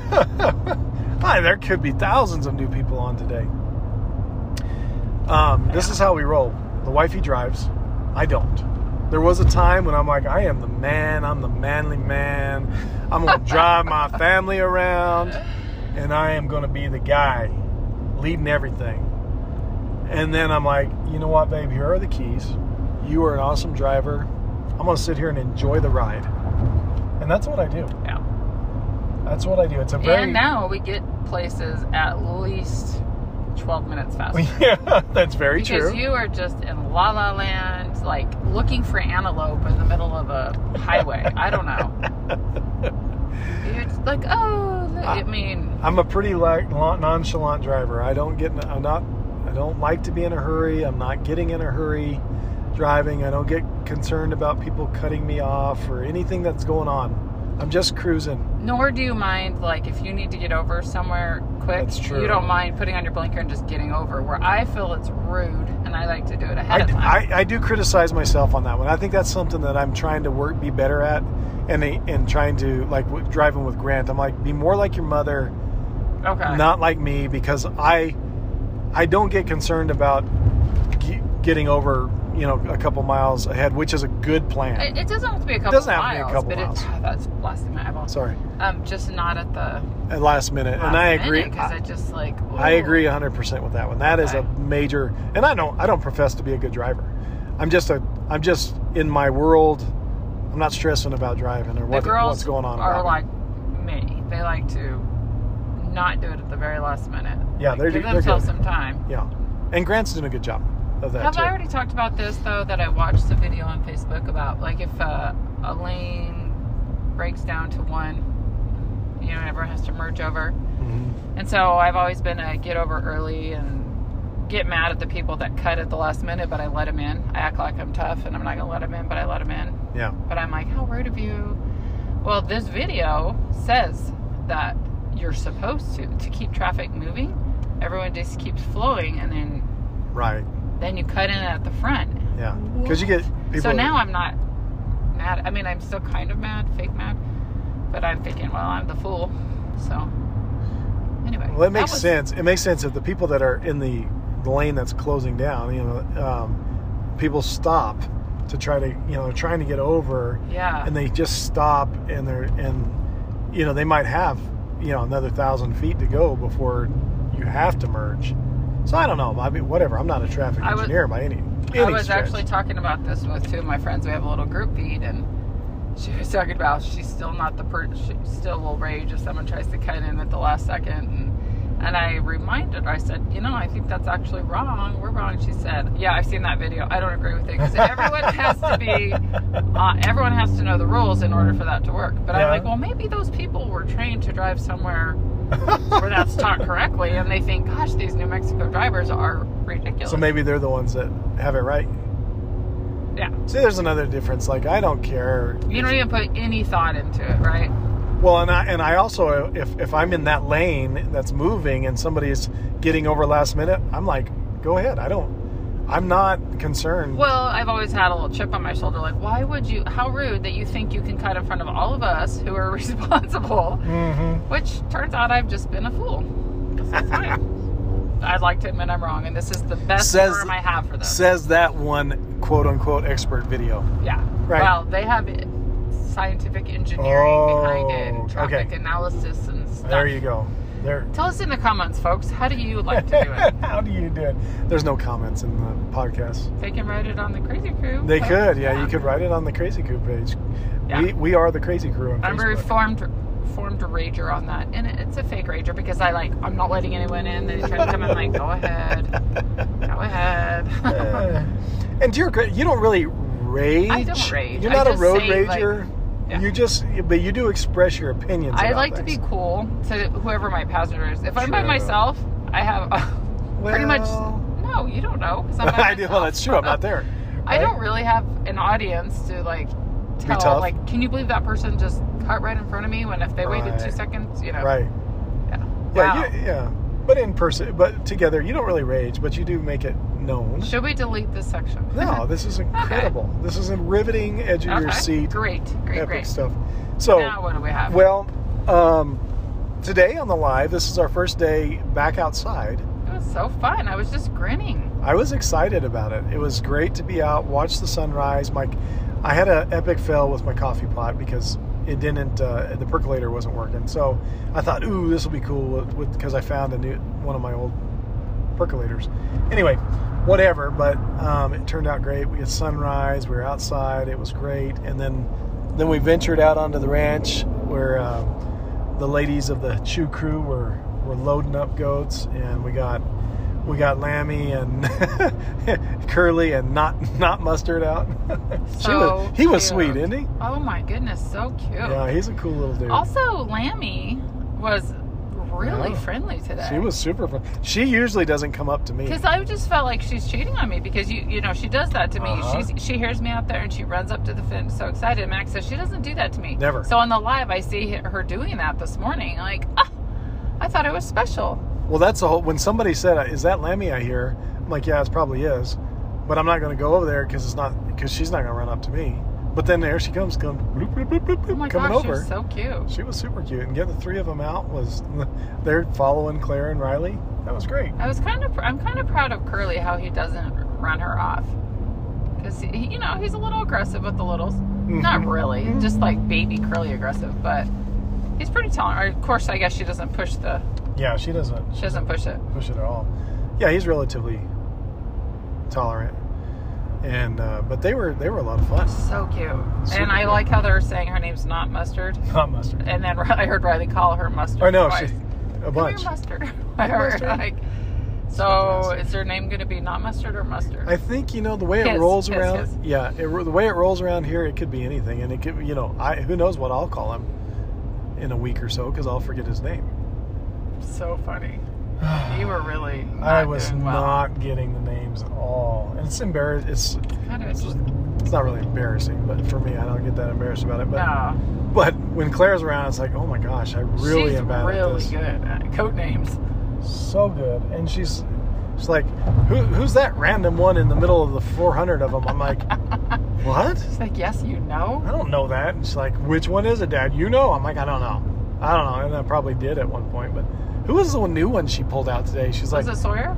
Speaker 1: Hi, there could be thousands of new people on today. Um, this is how we roll. The wifey drives. I don't. There was a time when I'm like, I am the man. I'm the manly man. I'm going to drive my family around and I am going to be the guy leading everything. And then I'm like, you know what, babe? Here are the keys. You are an awesome driver. I'm going to sit here and enjoy the ride. And that's what I do.
Speaker 2: Yeah.
Speaker 1: That's what I do. It's a very
Speaker 2: And now we get places at least 12 minutes faster.
Speaker 1: yeah, that's very
Speaker 2: because
Speaker 1: true.
Speaker 2: you are just in la la land, like looking for antelope in the middle of a highway. I don't know. You're just like, oh, look,"
Speaker 1: Ah.
Speaker 2: I mean,
Speaker 1: I'm a pretty like la- nonchalant driver. I don't get. In, I'm not. I don't like to be in a hurry. I'm not getting in a hurry driving. I don't get concerned about people cutting me off or anything that's going on. I'm just cruising.
Speaker 2: nor do you mind like if you need to get over somewhere quick.
Speaker 1: That's true.
Speaker 2: You don't mind putting on your blinker and just getting over. Where I feel it's rude, and I like to do it ahead
Speaker 1: I,
Speaker 2: of time.
Speaker 1: I, I do criticize myself on that one. I think that's something that I'm trying to work, be better at, and and trying to like with, driving with Grant. I'm like, be more like your mother,
Speaker 2: okay.
Speaker 1: not like me, because I I don't get concerned about ge- getting over you know a couple miles ahead, which is a good plan.
Speaker 2: It, it doesn't have to be a couple
Speaker 1: doesn't have to
Speaker 2: miles,
Speaker 1: be a couple
Speaker 2: but
Speaker 1: miles.
Speaker 2: it that's blasting my eyeball.
Speaker 1: Sorry,
Speaker 2: Um, just not at the.
Speaker 1: at last minute, and I agree.
Speaker 2: because I, just like.
Speaker 1: I
Speaker 2: ooh.
Speaker 1: agree 100% with that one. That is a
Speaker 2: Okay.
Speaker 1: major and I don't I don't profess to be a good driver. I'm just a I'm just in my world. I'm not stressing about driving or
Speaker 2: The
Speaker 1: what,
Speaker 2: girls
Speaker 1: what's going on.
Speaker 2: are
Speaker 1: around me.
Speaker 2: like me. They like to not do it at the very last minute.
Speaker 1: Yeah,
Speaker 2: Like,
Speaker 1: they're-
Speaker 2: give
Speaker 1: they're
Speaker 2: themselves
Speaker 1: good.
Speaker 2: some time.
Speaker 1: yeah. And Grant's doing a good job of that
Speaker 2: Have
Speaker 1: too.
Speaker 2: I already talked about this though? That I watched the video on Facebook about like if uh, a lane breaks down to one, you know, and everyone has to merge over.
Speaker 1: Mhm.
Speaker 2: And so I've always been a get over early and get mad at the people that cut at the last minute, but I let them in. I act like I'm tough and I'm not gonna let them in, but I let them in.
Speaker 1: Yeah.
Speaker 2: But I'm like, how rude of you. Well, this video says that you're supposed to to keep traffic moving. Everyone just keeps flowing, and then
Speaker 1: Right.
Speaker 2: then you cut in at the front.
Speaker 1: Yeah. Cuz you get people
Speaker 2: Mm-hmm. so now I'm not mad. I mean, I'm still kind of mad, fake mad, but I'm thinking, well, I'm the fool. So anyway,
Speaker 1: Well, it
Speaker 2: that
Speaker 1: makes
Speaker 2: was-
Speaker 1: sense. It makes sense if the people that are in the, the lane that's closing down, you know, um, people stop to try to, you know, trying to get over
Speaker 2: Yeah.
Speaker 1: and they just stop and they're and you know they might have you know another thousand feet to go before you have to merge so i don't know i mean whatever i'm not a traffic
Speaker 2: I was-
Speaker 1: engineer by any, any
Speaker 2: I was
Speaker 1: stretch.
Speaker 2: actually talking about this with two of my friends. We have a little group feed, and she was talking about she's still not the per. She still will rage if someone tries to cut in at the last second. And, and I reminded her. I said, you know, I think that's actually wrong. We're wrong. She said, yeah, I've seen that video. I don't agree with it because everyone has to be. Uh, everyone has to know the rules in order for that to work. But
Speaker 1: Yeah.
Speaker 2: I'm like, well, maybe those people were trained to drive somewhere where that's taught correctly, and they think, gosh, these New Mexico drivers are ridiculous.
Speaker 1: so maybe they're the ones that have it right
Speaker 2: yeah.
Speaker 1: see there's another difference like i don't care
Speaker 2: You don't even put any thought into it, right?
Speaker 1: well and i and i also if if i'm in that lane that's moving and somebody's getting over last minute i'm like go ahead i don't i'm not concerned
Speaker 2: Well, I've always had a little chip on my shoulder like, why would you? How rude that you think you can cut in front of all of us who are responsible,
Speaker 1: hmm
Speaker 2: which turns out I've just been a fool. So it's fine. I'd like to admit I'm wrong, and this is the best
Speaker 1: Says-
Speaker 2: term I have for this.
Speaker 1: says that one quote unquote expert video
Speaker 2: yeah.
Speaker 1: right.
Speaker 2: Well, they have it- scientific engineering behind it,
Speaker 1: Oh,
Speaker 2: and traffic
Speaker 1: okay.
Speaker 2: analysis and stuff.
Speaker 1: There you go. There.
Speaker 2: Tell us in the comments, folks, how do you like to do it?
Speaker 1: How do you do it? There's no comments in the podcast.
Speaker 2: they can write it on the Crazy Crew.
Speaker 1: They
Speaker 2: but-
Speaker 1: could, yeah, you could write it on the Crazy Crew page. We,
Speaker 2: Yeah.
Speaker 1: we are the Crazy Crew on
Speaker 2: I'm a
Speaker 1: Facebook.
Speaker 2: reformed formed a rager on that, and it- it's a fake rager because I like I'm not letting anyone in. They try to come in like, go ahead, go ahead.
Speaker 1: Uh, and you're great. You don't really rage.
Speaker 2: I don't rage.
Speaker 1: You're
Speaker 2: I
Speaker 1: not a
Speaker 2: just
Speaker 1: road
Speaker 2: say, like-
Speaker 1: rager.
Speaker 2: Yeah.
Speaker 1: You just, but you do express your opinions.
Speaker 2: I
Speaker 1: about
Speaker 2: like to
Speaker 1: things.
Speaker 2: be cool to whoever my passenger is. If I'm by
Speaker 1: True.
Speaker 2: myself, I have pretty much
Speaker 1: Well,
Speaker 2: no. You don't know because I'm by
Speaker 1: I do. Well,
Speaker 2: myself.
Speaker 1: that's true. I'm not there.
Speaker 2: I
Speaker 1: right?
Speaker 2: don't really have an audience to like tell
Speaker 1: tough.
Speaker 2: like, can you believe that person just cut right in front of me when if they waited two
Speaker 1: Right.
Speaker 2: seconds, you know?
Speaker 1: Right.
Speaker 2: Yeah.
Speaker 1: Yeah.
Speaker 2: Oh. Wow.
Speaker 1: You, yeah. But in person, but together, you don't really rage, but you do make it known.
Speaker 2: Should we delete this section?
Speaker 1: No, this is incredible. This is a riveting edge of your
Speaker 2: Okay.
Speaker 1: seat.
Speaker 2: Great, great,
Speaker 1: epic
Speaker 2: great.
Speaker 1: stuff. So,
Speaker 2: now uh, what do we have?
Speaker 1: well, um, today on the live, this is our first day back outside.
Speaker 2: It was so fun. I was just grinning.
Speaker 1: I was excited about it. It was great to be out, watch the sunrise. My, I had an epic fail with my coffee pot because it didn't. Uh, the percolator wasn't working. So I thought, ooh, this will be cool because I found a new one of my old percolators. Anyway, whatever. But um, it turned out great. We had sunrise. We were outside. It was great. And then, then we ventured out onto the ranch where uh, um the ladies of the Chew Crew were were loading up goats, and we got we got Lammy and Curly and not not mustard out. she
Speaker 2: So
Speaker 1: was, he was
Speaker 2: cute.
Speaker 1: sweet, isn't he?
Speaker 2: Oh my goodness, so cute.
Speaker 1: Yeah, he's a cool little dude.
Speaker 2: Also, Lammy was really
Speaker 1: Yeah.
Speaker 2: friendly today.
Speaker 1: she was super fun. She usually doesn't come up to me.
Speaker 2: Because I just felt like she's cheating on me because you you know she does that to me.
Speaker 1: Uh-huh.
Speaker 2: She's, she hears me out there and she runs up to the fence so excited. Max says she doesn't do that to me.
Speaker 1: Never.
Speaker 2: So on the live, I see her her doing that this morning. Like, ah, I thought it was special.
Speaker 1: Well, that's the whole. When somebody said, "Is that Lammy I hear?" I'm like, "Yeah, it probably is," but I'm not going to go over there because it's not because she's not going to run up to me. But then there she comes, come bloop, bloop, bloop, bloop,
Speaker 2: Oh my
Speaker 1: coming
Speaker 2: gosh,
Speaker 1: over.
Speaker 2: you're so cute.
Speaker 1: she was super cute, and getting the three of them out was they're following Claire and Riley. That was great.
Speaker 2: I was kind of pr- I'm kind of proud of Curly how he doesn't run her off because he, you know he's a little aggressive with the littles.
Speaker 1: Mm-hmm.
Speaker 2: Not really, just like baby Curly aggressive, but he's pretty tolerant. Of course, I guess she doesn't push the
Speaker 1: Yeah, she doesn't
Speaker 2: she doesn't push it.
Speaker 1: push it at all. Yeah, he's relatively tolerant, and uh, but they were they were a lot of fun.
Speaker 2: So cute.
Speaker 1: Super
Speaker 2: and I
Speaker 1: cute.
Speaker 2: like how they're saying her name's not Mustard.
Speaker 1: Not mustard.
Speaker 2: And then I heard Riley call her Mustard.
Speaker 1: Or no, she,
Speaker 2: twice.
Speaker 1: a
Speaker 2: Come here,
Speaker 1: bunch.
Speaker 2: Mustard. I heard
Speaker 1: Mustard.
Speaker 2: like. So
Speaker 1: fantastic.
Speaker 2: is her name going to be not Mustard or Mustard?
Speaker 1: I think you know the way it
Speaker 2: His,
Speaker 1: rolls
Speaker 2: his,
Speaker 1: around.
Speaker 2: his.
Speaker 1: Yeah, it, ro- the way it rolls around here, it could be anything, and it could you know I who knows what I'll call him in a week or so because I'll forget his name.
Speaker 2: so funny. You were really. Not
Speaker 1: I was
Speaker 2: doing well.
Speaker 1: not getting the names at all, and it's embarrassing. It's
Speaker 2: How did I just-
Speaker 1: it's not really embarrassing, but for me, I don't get that embarrassed about it. But
Speaker 2: no.
Speaker 1: but when Claire's around, it's like oh my gosh, I really
Speaker 2: She's
Speaker 1: am bad
Speaker 2: really
Speaker 1: at this.
Speaker 2: good at code names.
Speaker 1: So good, and she's. She's like, Who, who's that random one in the middle of the 400 of them? I'm like, what?
Speaker 2: She's like, yes, you know.
Speaker 1: I don't know that. And she's like, which one is it, Dad? You know. I'm like, I don't know. I don't know. And I probably did at one point, but who was the one new one she pulled out today? She's like,
Speaker 2: was it Sawyer?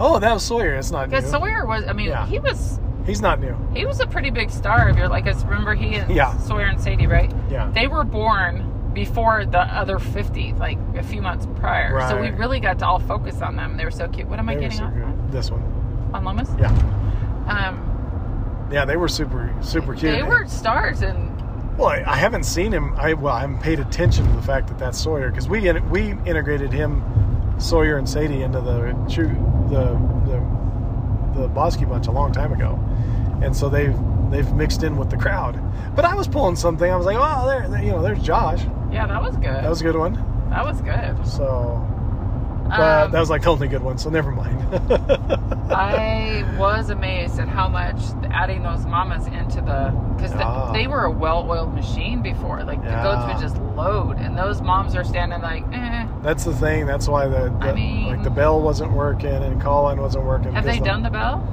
Speaker 1: oh, that was Sawyer. It's not new.
Speaker 2: Because Sawyer was. I mean,
Speaker 1: Yeah.
Speaker 2: he was.
Speaker 1: He's not new.
Speaker 2: He was a pretty big star of your like. I remember he and
Speaker 1: Yeah.
Speaker 2: Sawyer and Sadie, right?
Speaker 1: Yeah.
Speaker 2: they were born before the other 50, like a few months prior. So we
Speaker 1: Right.
Speaker 2: really got to all focus on them. They were so cute. What am I
Speaker 1: They were
Speaker 2: getting
Speaker 1: so
Speaker 2: on?
Speaker 1: good. This one.
Speaker 2: On Lomas?
Speaker 1: Yeah.
Speaker 2: Um,
Speaker 1: Yeah, they were super, super cute.
Speaker 2: they were stars and
Speaker 1: Well, I I haven't seen him. I well, I haven't paid attention to the fact that that's Sawyer because we in- we integrated him, Sawyer and Sadie into the true the the, the Bosky bunch a long time ago, and so they've they've mixed in with the crowd. But I was pulling something. I was like, oh, there, there- you know, there's Josh.
Speaker 2: yeah, that was good.
Speaker 1: That was a good one.
Speaker 2: that was good.
Speaker 1: So, but
Speaker 2: Um,
Speaker 1: that was like the only good one. So never mind.
Speaker 2: I was amazed at how much adding those mamas into the because
Speaker 1: Ah.
Speaker 2: they were a well-oiled machine before. Like
Speaker 1: Yeah.
Speaker 2: the goats would just load, and those moms are standing like, eh.
Speaker 1: that's the thing. That's why the, the
Speaker 2: I mean-
Speaker 1: like the bell wasn't working and call in wasn't working.
Speaker 2: Have
Speaker 1: because
Speaker 2: they
Speaker 1: the-
Speaker 2: done the bell?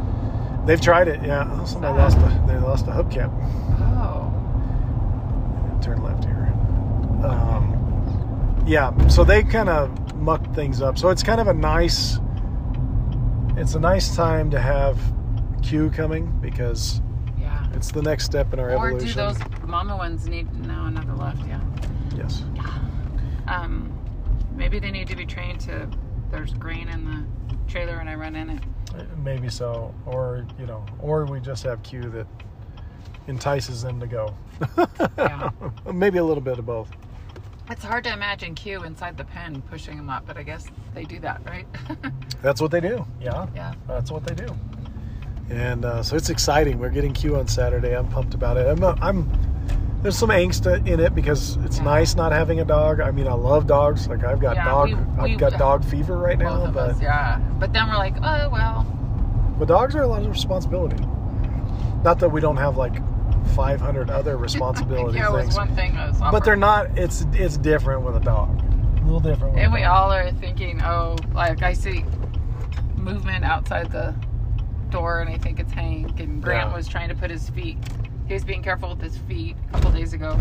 Speaker 1: They've tried it. Yeah. Oh, somebody
Speaker 2: Sad.
Speaker 1: lost a they lost a hubcap.
Speaker 2: Oh,
Speaker 1: turn left here. Um, yeah, so they kind of mucked things up. So it's kind of a nice, it's a nice time to have Q coming because
Speaker 2: yeah.
Speaker 1: it's the next step in our
Speaker 2: Or do
Speaker 1: evolution.
Speaker 2: those mama ones need no another left? Yeah.
Speaker 1: yes.
Speaker 2: Um, maybe they need to be trained to. There's grain in the trailer, and I run in it.
Speaker 1: Maybe so, or you know, or we just have Q that entices them to go.
Speaker 2: Yeah.
Speaker 1: Maybe a little bit of both.
Speaker 2: It's hard to imagine Q inside the pen pushing them up, but I guess they do that, right?
Speaker 1: That's what they do. Yeah.
Speaker 2: yeah.
Speaker 1: That's what they do. And uh, so it's exciting. We're getting Q on Saturday. I'm pumped about it. I'm, not, I'm there's some angst in it because it's
Speaker 2: Yeah.
Speaker 1: nice not having a dog. I mean, I love dogs. Like I've got
Speaker 2: Yeah,
Speaker 1: dog,
Speaker 2: we- we-
Speaker 1: I've got dog fever right
Speaker 2: Both
Speaker 1: now.
Speaker 2: of
Speaker 1: But
Speaker 2: us, yeah. But then we're like, oh well.
Speaker 1: but dogs are a lot of responsibility. Not that we don't have like 500 other responsibility
Speaker 2: yeah, it was
Speaker 1: things,
Speaker 2: one thing. That was
Speaker 1: but they're not. It's it's different with a dog. A little different. With
Speaker 2: And
Speaker 1: a
Speaker 2: we
Speaker 1: dog.
Speaker 2: all are thinking, oh, like I see movement outside the door, and I think it's Hank. And Grant
Speaker 1: Yeah.
Speaker 2: was trying to put his feet. He was being careful with his feet a couple days ago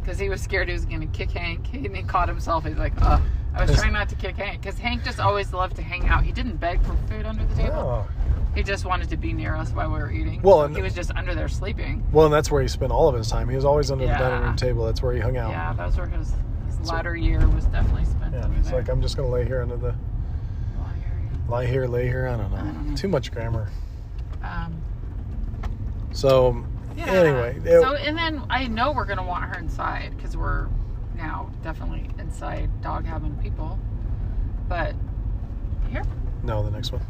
Speaker 2: because he was scared he was going to kick Hank, and he caught himself. He's like, oh, I was
Speaker 1: Yes.
Speaker 2: trying not to kick Hank because Hank just always loved to hang out. He didn't beg for food under the table.
Speaker 1: Oh.
Speaker 2: He just wanted to be near us while we were eating.
Speaker 1: Well,
Speaker 2: So
Speaker 1: and-
Speaker 2: he was just under there sleeping.
Speaker 1: Well, and that's where he spent all of his time. He was always under
Speaker 2: Yeah.
Speaker 1: the dining room table. That's where he hung out.
Speaker 2: Yeah, those were his. His latter year was definitely spent
Speaker 1: Yeah,
Speaker 2: over
Speaker 1: it's
Speaker 2: there.
Speaker 1: like I'm just gonna lay here under the lie here, lay here. I don't know.
Speaker 2: I don't know.
Speaker 1: Too much grammar.
Speaker 2: Um,
Speaker 1: So
Speaker 2: Yeah.
Speaker 1: anyway, it-
Speaker 2: so and then I know we're gonna want her inside because we're now definitely inside dog having people. But here,
Speaker 1: No, the next one.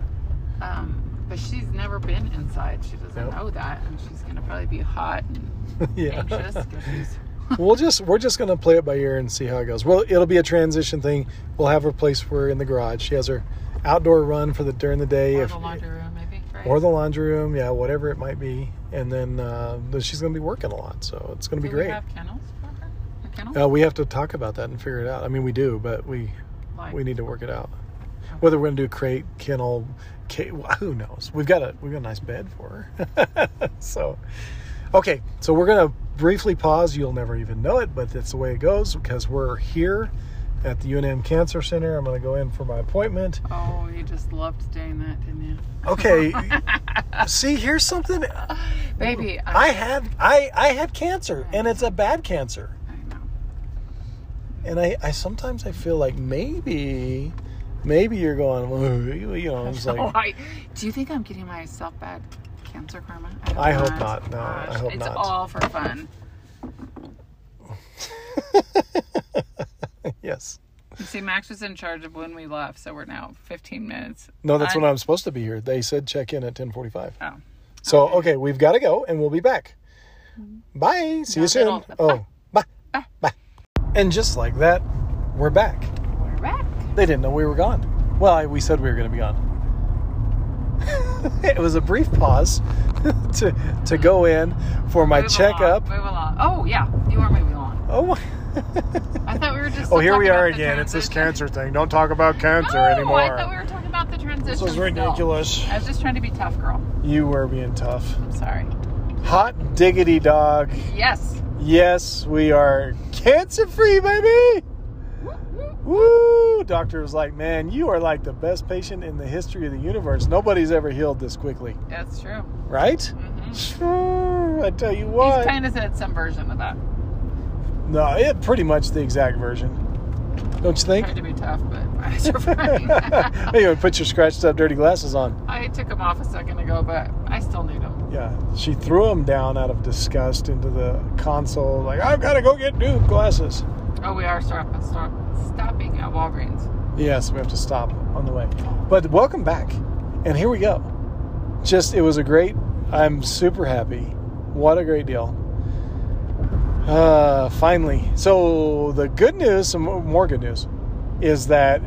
Speaker 2: Um, but she's never been inside. She doesn't
Speaker 1: Nope.
Speaker 2: know that, and she's gonna probably be hot and
Speaker 1: yeah.
Speaker 2: anxious because she's.
Speaker 1: we'll just we're just gonna play it by ear and see how it goes. Well, it'll be a transition thing. We'll have her place for her in the garage. She has her outdoor run for the during the day,
Speaker 2: Or
Speaker 1: if-
Speaker 2: the laundry room, maybe. Right?
Speaker 1: or the laundry room, yeah, whatever it might be. And then uh, but she's gonna be working a lot, so it's gonna be
Speaker 2: Do
Speaker 1: great.
Speaker 2: We have kennels for her. A kennel.
Speaker 1: uh, we have to talk about that and figure it out. I mean, we do, but we
Speaker 2: like,
Speaker 1: we need to work it out. Whether we're gonna do crate, kennel, ca- who knows? We've got a we've got a nice bed for her. so, okay, so we're gonna briefly pause. You'll never even know it, but that's the way it goes because we're here at the UNM Cancer Center. I'm gonna go in for my appointment.
Speaker 2: Oh, you just loved doing that, didn't you?
Speaker 1: Okay, see, here's something.
Speaker 2: Baby, I,
Speaker 1: I had I I had cancer, and it's a bad cancer.
Speaker 2: I know.
Speaker 1: And I, I sometimes I feel like maybe, maybe you're going, "Ooh," you know, it's
Speaker 2: So
Speaker 1: like
Speaker 2: Oh, I, do you think I'm getting myself bad cancer karma? hope
Speaker 1: I hope not. No, I
Speaker 2: Gosh,
Speaker 1: hope
Speaker 2: it's
Speaker 1: not.
Speaker 2: all for fun.
Speaker 1: yes.
Speaker 2: You see, Max was in charge of when we left, so we're now 15 minutes.
Speaker 1: No, that's
Speaker 2: I-
Speaker 1: when I'm supposed to be here. They said check in at 10:45.
Speaker 2: Oh.
Speaker 1: So okay, we've got to go, and we'll be back.
Speaker 2: Mm-hmm.
Speaker 1: Bye. See
Speaker 2: No,
Speaker 1: you
Speaker 2: they
Speaker 1: soon.
Speaker 2: don't.
Speaker 1: Oh, bye. Bye. And just like that, we're back.
Speaker 2: We're back.
Speaker 1: They didn't know we were gone. Well, I, we said we were going to be gone. it was a brief pause to to go in for my
Speaker 2: Mm-hmm. Move
Speaker 1: checkup.
Speaker 2: Along, move along. Oh yeah, you are moving along.
Speaker 1: Oh. my-
Speaker 2: I thought we were just.
Speaker 1: Oh, here we
Speaker 2: talking
Speaker 1: are
Speaker 2: about the
Speaker 1: again. It's this
Speaker 2: transition.
Speaker 1: cancer thing. Don't talk about cancer
Speaker 2: no,
Speaker 1: anymore.
Speaker 2: I thought we were talking about the transition.
Speaker 1: this is
Speaker 2: still.
Speaker 1: ridiculous.
Speaker 2: I was just trying to be tough, girl.
Speaker 1: You were being tough.
Speaker 2: I'm sorry.
Speaker 1: Hot diggity dog.
Speaker 2: Yes.
Speaker 1: Yes, we are cancer free, baby. Woo! Doctor was like, man, you are like the best patient in the history of the universe. Nobody's ever healed this quickly,
Speaker 2: That's true.
Speaker 1: right?
Speaker 2: hmm
Speaker 1: Sure, I tell
Speaker 2: He's
Speaker 1: you what.
Speaker 2: kind of said some version of that.
Speaker 1: no, it pretty much the exact version. Don't you think?
Speaker 2: Tried to be tough, but my eyes are fine.
Speaker 1: anyway, put your scratched up dirty glasses on.
Speaker 2: I took him off a second ago, but I still need him.
Speaker 1: Yeah, she threw him down out of disgust into the console, like, I've got to go get new glasses.
Speaker 2: Oh, we are stop, stop, stopping at Walgreens.
Speaker 1: Yes, we have to stop on the way. But welcome back. And here we go. Just, it was a great, I'm super happy. What a great deal. Uh, finally. So, the good news, some more good news, is that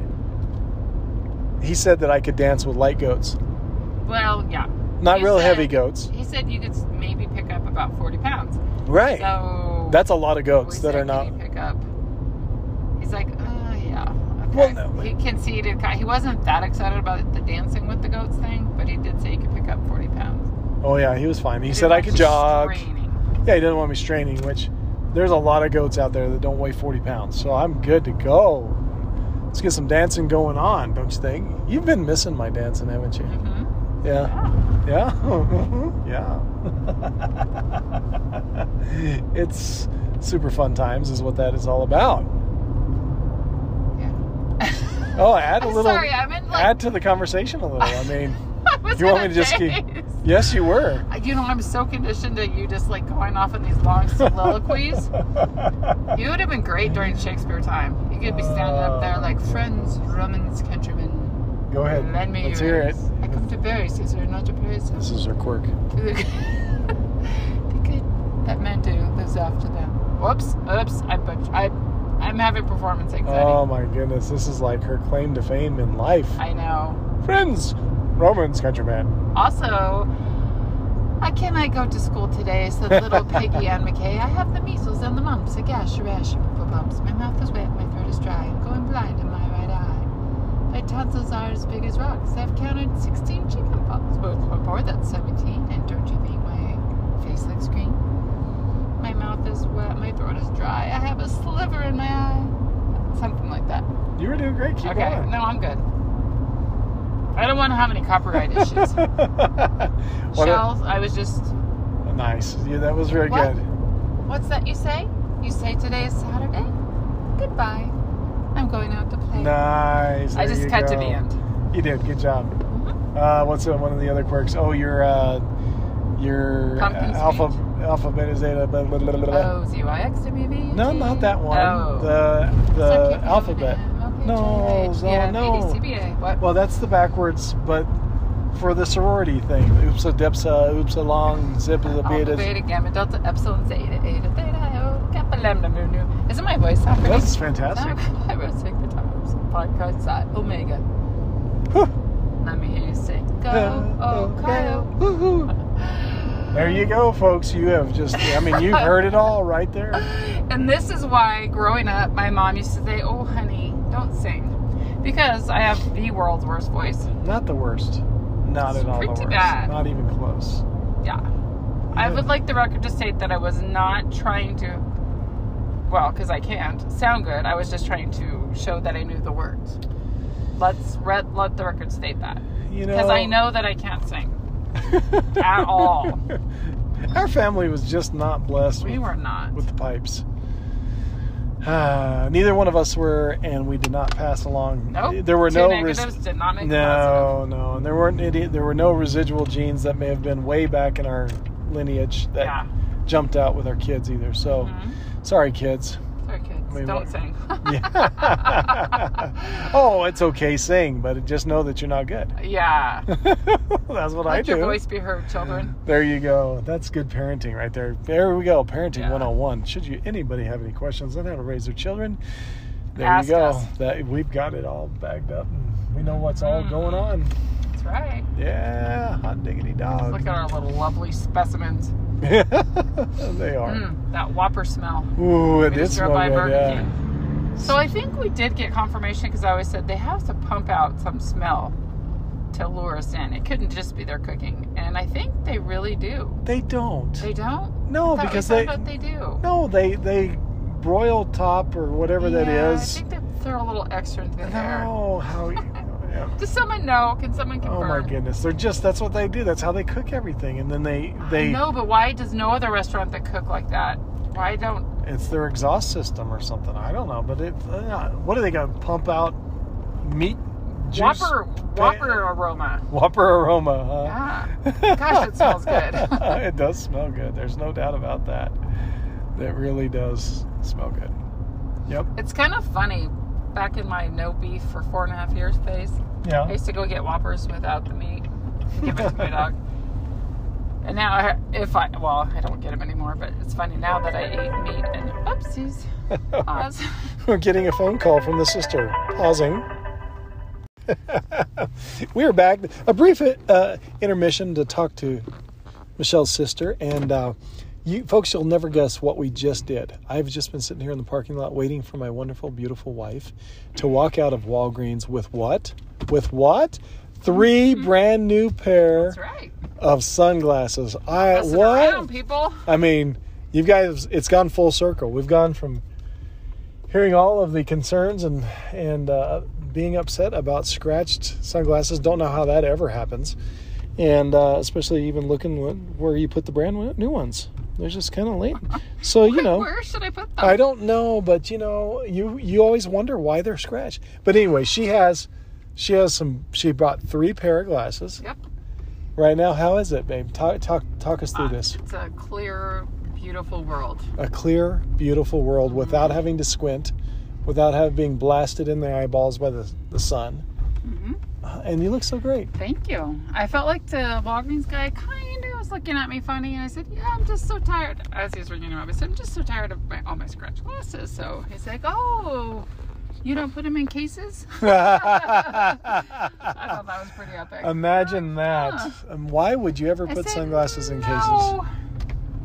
Speaker 1: he said that I could dance with light goats,
Speaker 2: Well, yeah.
Speaker 1: not
Speaker 2: He
Speaker 1: real heavy
Speaker 2: said-
Speaker 1: goats.
Speaker 2: He said you could s- maybe pick up about 40 pounds.
Speaker 1: Right.
Speaker 2: So
Speaker 1: That's a lot of goats
Speaker 2: we
Speaker 1: that
Speaker 2: said,
Speaker 1: are not.
Speaker 2: "Can you pick up. He's like, uh, yeah. Okay.
Speaker 1: Well, no.
Speaker 2: He conceded. ki- He wasn't that excited about the dancing with the goats thing, but he did say he could pick up 40 pounds.
Speaker 1: Oh, yeah, he was fine. He,
Speaker 2: didn't
Speaker 1: said I
Speaker 2: want
Speaker 1: could
Speaker 2: you
Speaker 1: jog.
Speaker 2: straining.
Speaker 1: Yeah, he doesn't want me straining, which there's a lot of goats out there that don't weigh 40 pounds. So I'm good to go. Let's get some dancing going on, don't you think? You've been missing my dancing, haven't you?
Speaker 2: Mhm.
Speaker 1: Yeah.
Speaker 2: Yeah.
Speaker 1: Yeah. yeah. it's super fun times, is what that is all about.
Speaker 2: Yeah.
Speaker 1: Oh, add a
Speaker 2: I'm
Speaker 1: little.
Speaker 2: sorry, I'm in, like-
Speaker 1: add to the conversation a little. I mean,
Speaker 2: I was
Speaker 1: you want me
Speaker 2: gonna
Speaker 1: to just keep?
Speaker 2: say-
Speaker 1: Yes, you were.
Speaker 2: You know, I'm so conditioned to you just like going off in these long soliloquies. you would have been great during Shakespeare time. You could be standing up there like, friends, Romans, countrymen,
Speaker 1: Go ahead.
Speaker 2: lend me
Speaker 1: Let's
Speaker 2: your
Speaker 1: hear it.
Speaker 2: ears. I come to bury Caesar, not to praise him.
Speaker 1: This is her quirk.
Speaker 2: the good that men do lives after them. Whoops, oops, I butch I, I'm having performance anxiety.
Speaker 1: Oh my goodness, this is like her claim to fame in life.
Speaker 2: I know.
Speaker 1: Friends, Romans, countryman.
Speaker 2: Also, I cannot go to school today, said little Peggy Ann McKay. I have the measles and the mumps, a gash, a rash, a purple bumps. My mouth is wet, my throat is dry. I'm going blind in my right eye. My tonsils are as big as rocks. I've counted 16 chicken pox. Well, it's more, that's 17. And don't you think my face looks green? My mouth is wet, my throat is dry. I have a sliver in my eye. Something like that.
Speaker 1: You were doing great. Keep
Speaker 2: okay,
Speaker 1: going.
Speaker 2: no, I'm good. I don't want to have any copyright issues.
Speaker 1: What a-
Speaker 2: Shells, I was just
Speaker 1: nice. Yeah, that was very
Speaker 2: What?
Speaker 1: good.
Speaker 2: What's that you say? You say today is Saturday? Goodbye. I'm going out to play.
Speaker 1: Nice.
Speaker 2: I
Speaker 1: there
Speaker 2: just
Speaker 1: you
Speaker 2: cut to
Speaker 1: go.
Speaker 2: the end. Mm-hmm.
Speaker 1: You did. Good job. Uh, what's the- one of the other quirks? Oh, your uh, your uh,
Speaker 2: Pumpkin
Speaker 1: alpha
Speaker 2: speech.
Speaker 1: alpha beta zeta. Blah, blah, blah, blah, blah.
Speaker 2: O Z Y Oh, X W B.
Speaker 1: no, not that one.
Speaker 2: Oh.
Speaker 1: The the alphabet.
Speaker 2: Okay.
Speaker 1: No, Zoe,
Speaker 2: yeah,
Speaker 1: no.
Speaker 2: ADCBA. What?
Speaker 1: Well, that's the backwards, but for the sorority thing, oopsa depsa, oopsa uh, long, zippa
Speaker 2: Alpha,
Speaker 1: beta.
Speaker 2: beta, gamma, delta, epsilon, zeta, eta, theta, iota, kappa, lambda, mu, nu. Isn't my voice happening?
Speaker 1: That's fantastic.
Speaker 2: I wrote sacred times. Podcast at Omega. Let me hear you sing. Go, oh, Kyle.
Speaker 1: Woohoo. There you go, folks. You have just, I mean, you've heard it all right there.
Speaker 2: And this is why, growing up, my mom used to say, "Oh, honey, don't sing," because I have the world's worst voice.
Speaker 1: Not the worst. Not
Speaker 2: It's
Speaker 1: at all
Speaker 2: pretty
Speaker 1: the worst.
Speaker 2: bad.
Speaker 1: Not even close.
Speaker 2: Yeah. I
Speaker 1: Yeah.
Speaker 2: would like the record to state that I was not trying to, well, because I can't sound good. I was just trying to show that I knew the words. Let's re- let the record state that
Speaker 1: You know.
Speaker 2: because I know that I can't sing. at all.
Speaker 1: Our family was just not blessed
Speaker 2: We
Speaker 1: with,
Speaker 2: were not.
Speaker 1: with the pipes. Ah, neither one of us were, and we did not pass along.
Speaker 2: Nope.
Speaker 1: There were
Speaker 2: Two
Speaker 1: no res-
Speaker 2: negatives did not make a positive.
Speaker 1: no, no, and there weren't idiot. There were no residual genes that may have been way back in our lineage that
Speaker 2: Yeah.
Speaker 1: jumped out with our kids either. So,
Speaker 2: Mhm.
Speaker 1: sorry, kids.
Speaker 2: Sorry, kids.
Speaker 1: I mean,
Speaker 2: Don't
Speaker 1: what-
Speaker 2: sing.
Speaker 1: Yeah. oh, it's okay sing, but just know that you're not good.
Speaker 2: yeah.
Speaker 1: That's what I
Speaker 2: Let
Speaker 1: do.
Speaker 2: your voice be heard, children.
Speaker 1: There you go. That's good parenting right there. There we go. Parenting
Speaker 2: Yeah.
Speaker 1: 101. Should you anybody have any questions on how to raise their children? There
Speaker 2: Ask
Speaker 1: you go.
Speaker 2: us.
Speaker 1: That we've got it all bagged up and we know what's all
Speaker 2: Mhm.
Speaker 1: going on.
Speaker 2: That's right.
Speaker 1: Yeah, hot diggity
Speaker 2: Let's look
Speaker 1: dog.
Speaker 2: at our little lovely specimens.
Speaker 1: they are.
Speaker 2: Mm, that whopper smell.
Speaker 1: Ooh, it
Speaker 2: We
Speaker 1: did
Speaker 2: just drove
Speaker 1: smell
Speaker 2: by
Speaker 1: good.
Speaker 2: Burger
Speaker 1: Yeah.
Speaker 2: King. So I think we did get confirmation because I always said they have to pump out some smell to lure us in. It couldn't just be their cooking, and I think they really do.
Speaker 1: They don't.
Speaker 2: They don't. I
Speaker 1: no,
Speaker 2: thought we
Speaker 1: because
Speaker 2: found
Speaker 1: they
Speaker 2: out they do.
Speaker 1: no, they they broil top or whatever that
Speaker 2: Yeah,
Speaker 1: is.
Speaker 2: I think they throw a little extra into the air.
Speaker 1: no, how? yeah.
Speaker 2: Does someone know? Can someone
Speaker 1: Oh
Speaker 2: confirm?
Speaker 1: my goodness! They're just—that's what they do. That's how they cook everything, and then they—they
Speaker 2: No, but why does no other restaurant that cook like that? Why don't?
Speaker 1: it's their exhaust system or something. I don't know, but it. Uh, what are they going to pump out? Meat juice,
Speaker 2: Whopper,
Speaker 1: pa-
Speaker 2: Whopper aroma.
Speaker 1: Whopper aroma. Huh?
Speaker 2: Yeah. Gosh, it smells good.
Speaker 1: it does smell good. There's no doubt about that. It really does smell good. Yep.
Speaker 2: It's kind of funny. Back in my no beef for four and a half years phase, I
Speaker 1: Yeah.
Speaker 2: used to go get Whoppers without the meat, give it to my dog. And now, I, if I well, I don't get them anymore. But it's funny now that I ate meat and oopsies. Pause.
Speaker 1: We're getting a phone call from the sister. Pausing. We're back. A brief uh, intermission to talk to Michelle's sister, and uh, you folks, you'll never guess what we just did. I've just been sitting here in the parking lot waiting for my wonderful, beautiful wife to walk out of Walgreens with what? With what? 3 brand new pair
Speaker 2: Mm-hmm. That's right.
Speaker 1: of sunglasses. I
Speaker 2: Listen
Speaker 1: what?
Speaker 2: around, people.
Speaker 1: I mean, you guys, it's gone full circle. We've gone from hearing all of the concerns and and uh, being upset about scratched sunglasses. Don't know how that ever happens, and uh, especially even looking wh- where you put the brand w- new ones. They're just kind of late. So you
Speaker 2: Wait,
Speaker 1: know,
Speaker 2: where should I put them?
Speaker 1: I don't know, but you know, you you always wonder why they're scratched. But anyway, she has she has some. She bought three pair of glasses.
Speaker 2: Yep.
Speaker 1: Right now, how is it, babe? Talk talk talk us
Speaker 2: Uh,
Speaker 1: through this.
Speaker 2: It's a clear, beautiful world.
Speaker 1: a clear, beautiful world without having to squint, without having being blasted in the eyeballs by the, the sun.
Speaker 2: hmm
Speaker 1: Uh, and you look so great.
Speaker 2: Thank you. I felt like the Walgreens guy kind of was looking at me funny, and I said, "Yeah, I'm just so tired." As he was ringing him up, I said, "I'm just so tired of my, all my scratch glasses." So he's like, "Oh, you don't put them in cases?" I thought that was pretty epic.
Speaker 1: Imagine that. Um, why would you ever
Speaker 2: I
Speaker 1: put
Speaker 2: said,
Speaker 1: sunglasses in
Speaker 2: "No."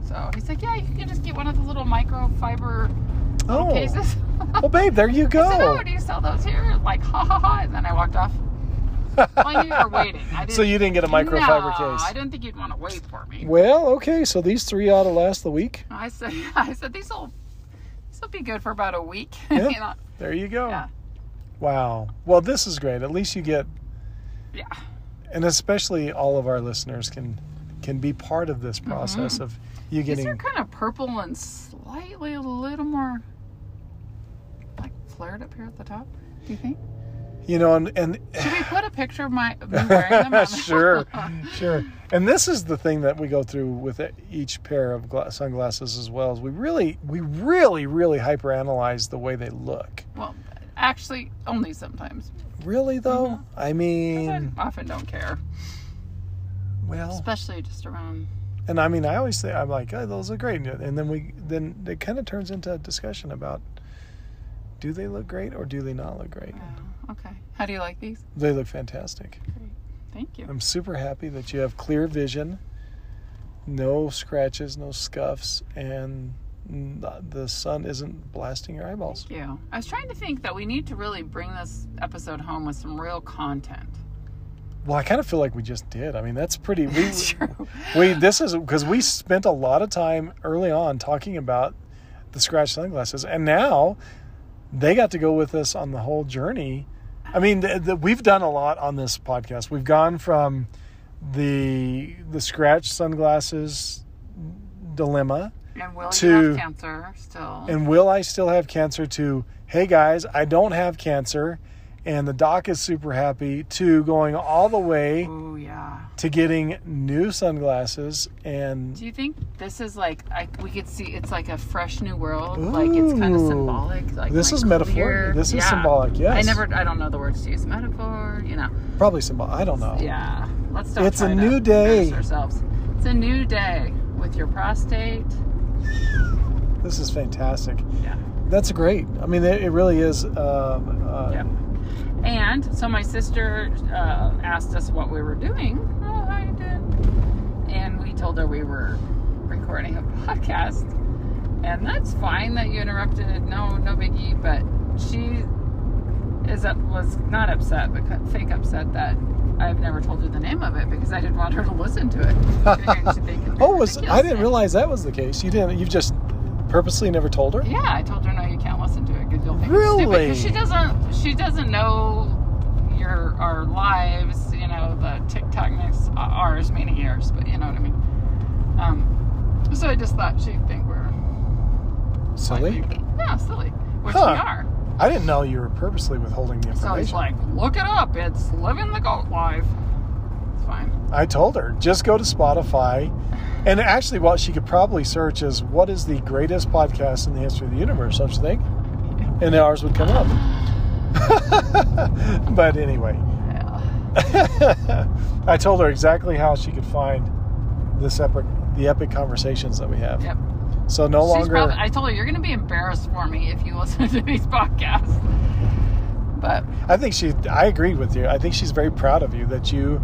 Speaker 2: So he's like, "Yeah, you can just get one of the little microfiber
Speaker 1: cases? Oh,
Speaker 2: cases."
Speaker 1: well, babe, there you
Speaker 2: I said,
Speaker 1: go.
Speaker 2: "Oh, do you sell those here?" Like, ha ha ha, and then I walked off. I knew you were waiting. I
Speaker 1: so
Speaker 2: didn't-
Speaker 1: you didn't get a microfiber
Speaker 2: no, I
Speaker 1: case.
Speaker 2: didn't think you'd want to wait for me.
Speaker 1: Well, okay, so these three ought to last the week.
Speaker 2: I said, I said these will these will be good for about a week.
Speaker 1: Yeah.
Speaker 2: you know?
Speaker 1: There you go.
Speaker 2: Yeah.
Speaker 1: Wow. Well, this is great. At least you get
Speaker 2: Yeah.
Speaker 1: and especially all of our listeners can can be part of this
Speaker 2: Mm-hmm.
Speaker 1: process of you
Speaker 2: These are
Speaker 1: getting
Speaker 2: kind of purple and slightly a little more like flared up here at the top. Do you think?
Speaker 1: you know and and
Speaker 2: Should we put a picture of my of me wearing them? on-
Speaker 1: sure sure and this is the thing that we go through with each pair of gla- sunglasses as well is we really we really really hyperanalyze the way they look
Speaker 2: well, Actually, only sometimes.
Speaker 1: Really though?
Speaker 2: Mm-hmm.
Speaker 1: I
Speaker 2: 'Cause I
Speaker 1: mean, Oh.
Speaker 2: often don't care,
Speaker 1: well,
Speaker 2: especially just around.
Speaker 1: and I mean, I always say I'm like, oh, those look great, and then we then it kind of turns into a discussion about do they look great or do they not look great?
Speaker 2: Oh, okay. How do you like these?
Speaker 1: They look fantastic.
Speaker 2: Thank you.
Speaker 1: I'm super happy that you have clear vision, no scratches, no scuffs, and n- the sun isn't blasting your eyeballs.
Speaker 2: Thank you. I was trying to think that we need to really bring this episode home with some real content.
Speaker 1: Well, I kind of feel like we just did. I mean, that's pretty. We,
Speaker 2: It's true.
Speaker 1: we this is because we spent a lot of time early on talking about the scratch sunglasses, and now they got to go with us on the whole journey. I mean, the, the, we've done a lot on this podcast. We've gone from the the scratch sunglasses dilemma,
Speaker 2: And will you
Speaker 1: To-
Speaker 2: have cancer still?
Speaker 1: and will I still have cancer? To hey guys, I don't have cancer, and the doc is super happy. To going all the way
Speaker 2: Oh yeah.
Speaker 1: to getting new sunglasses and
Speaker 2: Do you think this is like I, we could see? It's like a fresh new world. like it's kind of
Speaker 1: Ooh.
Speaker 2: symbolic. Like
Speaker 1: This
Speaker 2: my
Speaker 1: is metaphor-
Speaker 2: clear-
Speaker 1: this is symbolic, yes.
Speaker 2: I never. I don't know the words to use. Metaphor. You know.
Speaker 1: probably some I don't know.
Speaker 2: Yeah. Let's don't.
Speaker 1: It's a
Speaker 2: try to
Speaker 1: new day.
Speaker 2: nurse Ourselves. It's a new day with your prostate.
Speaker 1: This is fantastic.
Speaker 2: Yeah.
Speaker 1: That's great. I mean, it, it really is. Um, uh,
Speaker 2: Yeah. And so my sister uh, asked us what we were doing. Oh, hi, did. And we told her we were recording a podcast. And that's fine that you interrupted. No, no biggie. But she is up, was not upset, but cut- fake upset that I've never told her the name of it because I didn't want her to listen to it. She think it'd be
Speaker 1: Oh, was I didn't
Speaker 2: ridiculous.
Speaker 1: realize that was the case. You didn't. You've just purposely never told her.
Speaker 2: Yeah, I told her no, you can't listen to it because you'll think it's stupid.
Speaker 1: Really?
Speaker 2: 'Cause she doesn't. She doesn't know your our lives. You know the TikTok next uh, ours, meaning yours, but you know what I mean. Um, so I just thought she'd think we're
Speaker 1: Silly.
Speaker 2: yeah silly, which we
Speaker 1: Huh.
Speaker 2: are.
Speaker 1: I didn't know you were purposely withholding the
Speaker 2: So he's
Speaker 1: information.
Speaker 2: like, look it up. It's living the goat life. It's fine.
Speaker 1: I told her just go to Spotify, and actually, what she could probably search is what is the greatest podcast in the history of the universe, don't you think? And ours would come up. but anyway.
Speaker 2: Yeah.
Speaker 1: I told her exactly how she could find this epic, the epic conversations that we have.
Speaker 2: Yep.
Speaker 1: So no
Speaker 2: She's
Speaker 1: longer.
Speaker 2: probably, I told her you're going to be embarrassed for me if you listen to these podcasts. But
Speaker 1: I think she. I agreed with you. I think she's very proud of you that you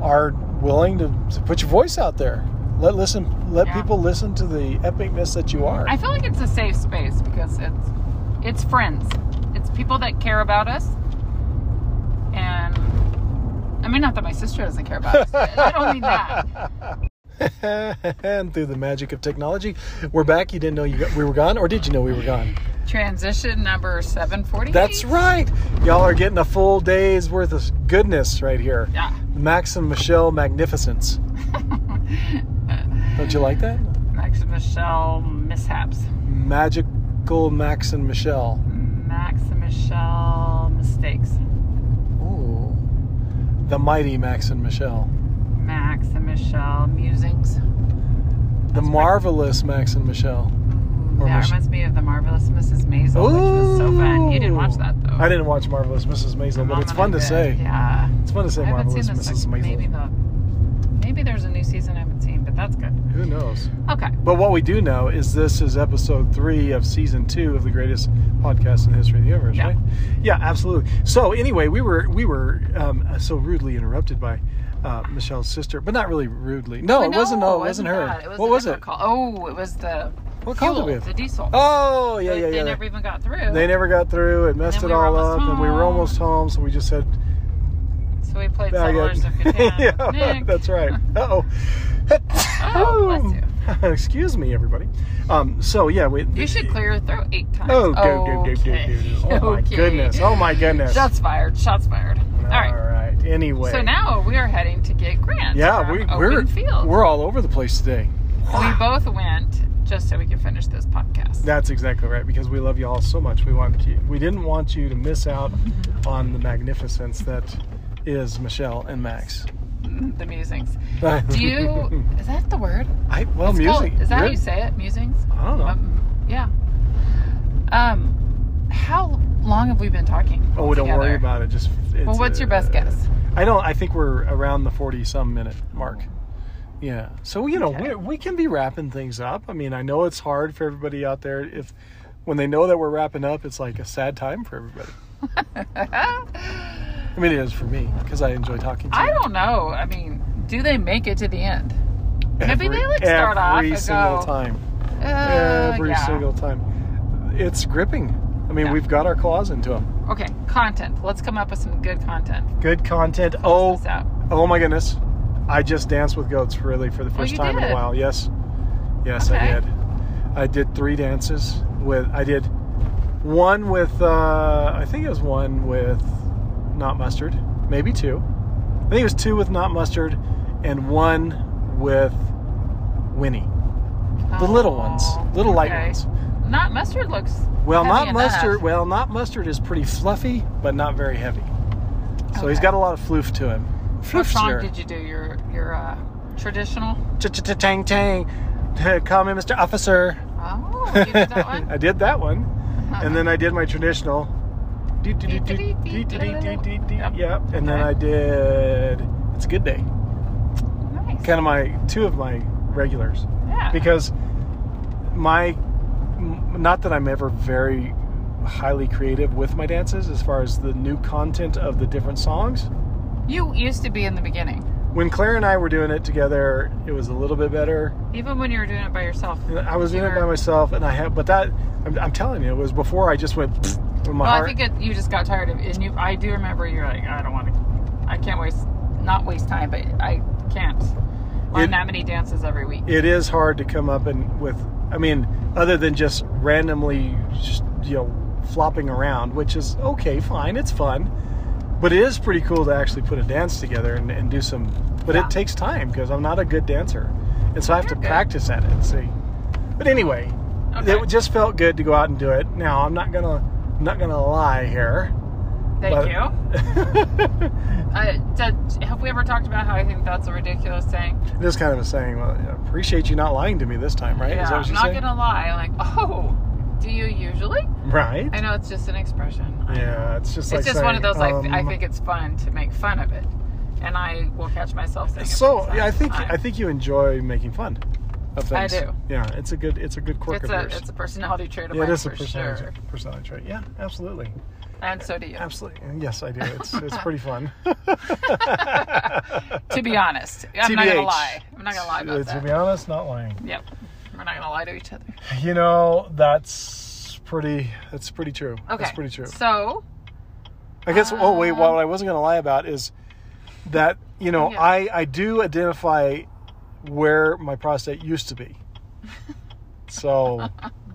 Speaker 1: are willing to, to put your voice out there. Let listen. Let
Speaker 2: Yeah.
Speaker 1: people listen to the epicness that you are.
Speaker 2: I feel like it's a safe space because it's it's friends. It's people that care about us. And I mean not that my sister doesn't care about us. but I don't mean that.
Speaker 1: and through the magic of technology, we're back. You didn't know you got, we were gone, or did you know we were gone?
Speaker 2: Transition number 740.
Speaker 1: That's right. Y'all are getting a full day's worth of goodness right here.
Speaker 2: Yeah.
Speaker 1: Max and Michelle Magnificence. Don't you like that?
Speaker 2: Max and Michelle mishaps.
Speaker 1: Magical Max and Michelle.
Speaker 2: Max and Michelle mistakes.
Speaker 1: Ooh. The mighty Max and Michelle.
Speaker 2: Max and Michelle musings.
Speaker 1: The marvelous Max and Michelle. Or
Speaker 2: that
Speaker 1: Mich-
Speaker 2: reminds me of the marvelous Mrs. Maisel, which was so fun. You didn't watch that though.
Speaker 1: I didn't watch Marvelous Mrs. Maisel,
Speaker 2: Mom
Speaker 1: but it's
Speaker 2: and
Speaker 1: fun
Speaker 2: I
Speaker 1: to
Speaker 2: did.
Speaker 1: say.
Speaker 2: Yeah.
Speaker 1: It's fun to say
Speaker 2: I haven't
Speaker 1: Marvelous
Speaker 2: seen the
Speaker 1: Mrs.
Speaker 2: second.
Speaker 1: Maisel.
Speaker 2: Maybe the maybe there's a new season I haven't seen, but that's good.
Speaker 1: Who knows?
Speaker 2: Okay.
Speaker 1: But what we do know is this is episode three of season two of the greatest podcast in the history of the universe,
Speaker 2: Yeah.
Speaker 1: right? Yeah, absolutely. So anyway, we were we were um, so rudely interrupted by uh, Michelle's sister, but not really rudely. No, it wasn't. No, it wasn't, her.
Speaker 2: that. It was
Speaker 1: what
Speaker 2: a
Speaker 1: was
Speaker 2: different
Speaker 1: it?
Speaker 2: Call. Oh, it was the
Speaker 1: What
Speaker 2: fuel,
Speaker 1: call did we have?
Speaker 2: the diesel.
Speaker 1: Oh, yeah,
Speaker 2: They-
Speaker 1: yeah,
Speaker 2: They
Speaker 1: yeah.
Speaker 2: never even got through.
Speaker 1: they never got through. It messed
Speaker 2: then
Speaker 1: it
Speaker 2: we were
Speaker 1: all up,
Speaker 2: almost
Speaker 1: and we were
Speaker 2: home.
Speaker 1: almost home. So we just said,
Speaker 2: So we played
Speaker 1: "Bag it."
Speaker 2: Settlers of Catan. with
Speaker 1: yeah,
Speaker 2: Nick.
Speaker 1: that's right. Uh
Speaker 2: Oh, bless
Speaker 1: Excuse me, everybody. Um, so yeah, we.
Speaker 2: You should clear your throat eight times.
Speaker 1: Oh, go, go, go, go, go, go.
Speaker 2: Okay.
Speaker 1: oh my
Speaker 2: Okay.
Speaker 1: goodness. Oh my goodness.
Speaker 2: Shots fired. Shots fired. All right.
Speaker 1: right. Anyway.
Speaker 2: So now we are heading to get Grant.
Speaker 1: yeah,
Speaker 2: from
Speaker 1: we,
Speaker 2: open
Speaker 1: we're
Speaker 2: field.
Speaker 1: we're all over the place today.
Speaker 2: we both went just so we could finish this podcast.
Speaker 1: That's exactly right because we love you all so much. We want you, we didn't want you to miss out on the magnificence that is Michelle and Max.
Speaker 2: the musings. Do you? Is that the word?
Speaker 1: I, well,
Speaker 2: It's called-
Speaker 1: Oh, music.
Speaker 2: is that how
Speaker 1: you're-
Speaker 2: you say it? Musings.
Speaker 1: I don't know.
Speaker 2: Um, yeah. Um, how long have we been talking?
Speaker 1: Oh, we don't worry
Speaker 2: together?
Speaker 1: about it. Just it's,
Speaker 2: Well, what's your best
Speaker 1: uh,
Speaker 2: guess?
Speaker 1: I don't. I think we're around the forty-some minute mark. Yeah. So you know,
Speaker 2: Okay.
Speaker 1: we we can be wrapping things up. I mean, I know it's hard for everybody out there. If when they know that we're wrapping up, it's like a sad time for everybody. I mean, it is for me because I enjoy talking. to
Speaker 2: I
Speaker 1: you.
Speaker 2: don't know. I mean, do they make it to the end? Maybe
Speaker 1: every,
Speaker 2: they like start off
Speaker 1: every
Speaker 2: and
Speaker 1: single
Speaker 2: go,
Speaker 1: time.
Speaker 2: Uh,
Speaker 1: every
Speaker 2: yeah.
Speaker 1: single time. It's gripping. I mean,
Speaker 2: Yeah.
Speaker 1: we've got our claws into them.
Speaker 2: Okay, content. Let's come up with some good content.
Speaker 1: Good content. Oh,
Speaker 2: This out.
Speaker 1: Oh my goodness. I just danced with goats really for the first
Speaker 2: Oh, you
Speaker 1: time in
Speaker 2: did.
Speaker 1: a while. Yes. Yes,
Speaker 2: Okay.
Speaker 1: I did. I did three dances with I did one with uh I think it was one with not mustard, maybe two. I think it was two with not mustard and one with Winnie. The little ones,
Speaker 2: Oh,
Speaker 1: little light
Speaker 2: okay.
Speaker 1: ones.
Speaker 2: Not mustard looks.
Speaker 1: Well,
Speaker 2: heavy
Speaker 1: not mustard.
Speaker 2: enough.
Speaker 1: Well, not mustard is pretty fluffy, but not very heavy. So he's
Speaker 2: Okay.
Speaker 1: got a lot of floof to him.
Speaker 2: What
Speaker 1: Floof's
Speaker 2: song
Speaker 1: there.
Speaker 2: did you do? Your your uh, traditional.
Speaker 1: Tang Tang. Call me Mr. Officer.
Speaker 2: Oh, you did that one. Uh-huh.
Speaker 1: I did that one. And then I did my traditional. Yep. And then I did It's a Good Day.
Speaker 2: nice.
Speaker 1: Kind of my two of my regulars.
Speaker 2: yeah.
Speaker 1: Because my, m- not that I'm ever very highly creative with my dances as far as the new content of the different songs.
Speaker 2: you used to be in the beginning,
Speaker 1: When Claire and I were doing it together, it was a little bit better.
Speaker 2: even when you were doing it by yourself.
Speaker 1: And I was doing it
Speaker 2: You're-
Speaker 1: by myself, and I had, but that, I'm, I'm telling you, it was before I just went with my
Speaker 2: Well,
Speaker 1: heart.
Speaker 2: I think it, you just got tired of it, and you. I do remember you're like, I don't want to. I can't waste, not waste time, but I can't learn
Speaker 1: It-
Speaker 2: that many dances every week.
Speaker 1: it is hard to come up and with, I mean, other than just randomly, just, you know, flopping around, which is okay, fine, it's fun, but it is pretty cool to actually put a dance together and, and do some. But
Speaker 2: Yeah.
Speaker 1: it takes time because I'm not a good dancer, and so I have
Speaker 2: You're
Speaker 1: to
Speaker 2: good.
Speaker 1: practice at it. See, but anyway,
Speaker 2: Okay.
Speaker 1: it just felt good to go out and do it. Now I'm not gonna, I'm not gonna lie here.
Speaker 2: Thank
Speaker 1: but-
Speaker 2: you. Uh, did, have we ever talked about how I think that's a ridiculous thing?
Speaker 1: This kind of a saying. Well, I appreciate you not lying to me this time, right?
Speaker 2: Yeah,
Speaker 1: Is that what
Speaker 2: I'm
Speaker 1: you
Speaker 2: not
Speaker 1: say?
Speaker 2: gonna lie. Like, oh, do you usually?
Speaker 1: Right.
Speaker 2: I know it's just an expression. I know.
Speaker 1: yeah, it's
Speaker 2: It's
Speaker 1: just like
Speaker 2: just
Speaker 1: saying,
Speaker 2: one of those. Like, I
Speaker 1: um,
Speaker 2: think it's fun to make fun of it, and I will catch myself saying. it
Speaker 1: So
Speaker 2: from
Speaker 1: yeah, I
Speaker 2: time to
Speaker 1: think
Speaker 2: time.
Speaker 1: I think you enjoy making fun of
Speaker 2: I
Speaker 1: things.
Speaker 2: do.
Speaker 1: Yeah, it's a good it's a good
Speaker 2: it's
Speaker 1: quirk of
Speaker 2: a
Speaker 1: yours.
Speaker 2: it's a personality trait of
Speaker 1: yeah,
Speaker 2: mine
Speaker 1: it is a
Speaker 2: for
Speaker 1: personality,
Speaker 2: sure,
Speaker 1: personality trait. Yeah, absolutely,
Speaker 2: and so do you.
Speaker 1: absolutely. And Yes, I do. It's it's pretty fun.
Speaker 2: to be honest, I'm not gonna
Speaker 1: TBH.
Speaker 2: lie. I'm not gonna lie about
Speaker 1: to
Speaker 2: that.
Speaker 1: be honest, not lying.
Speaker 2: Yep, we're not gonna lie to each other.
Speaker 1: You know, that's pretty. That's pretty true.
Speaker 2: Okay,
Speaker 1: That's pretty true.
Speaker 2: So
Speaker 1: I guess. oh
Speaker 2: Ah.
Speaker 1: wait, what I wasn't going to lie about is that you know
Speaker 2: Yeah.
Speaker 1: I I do identify where my prostate used to be, so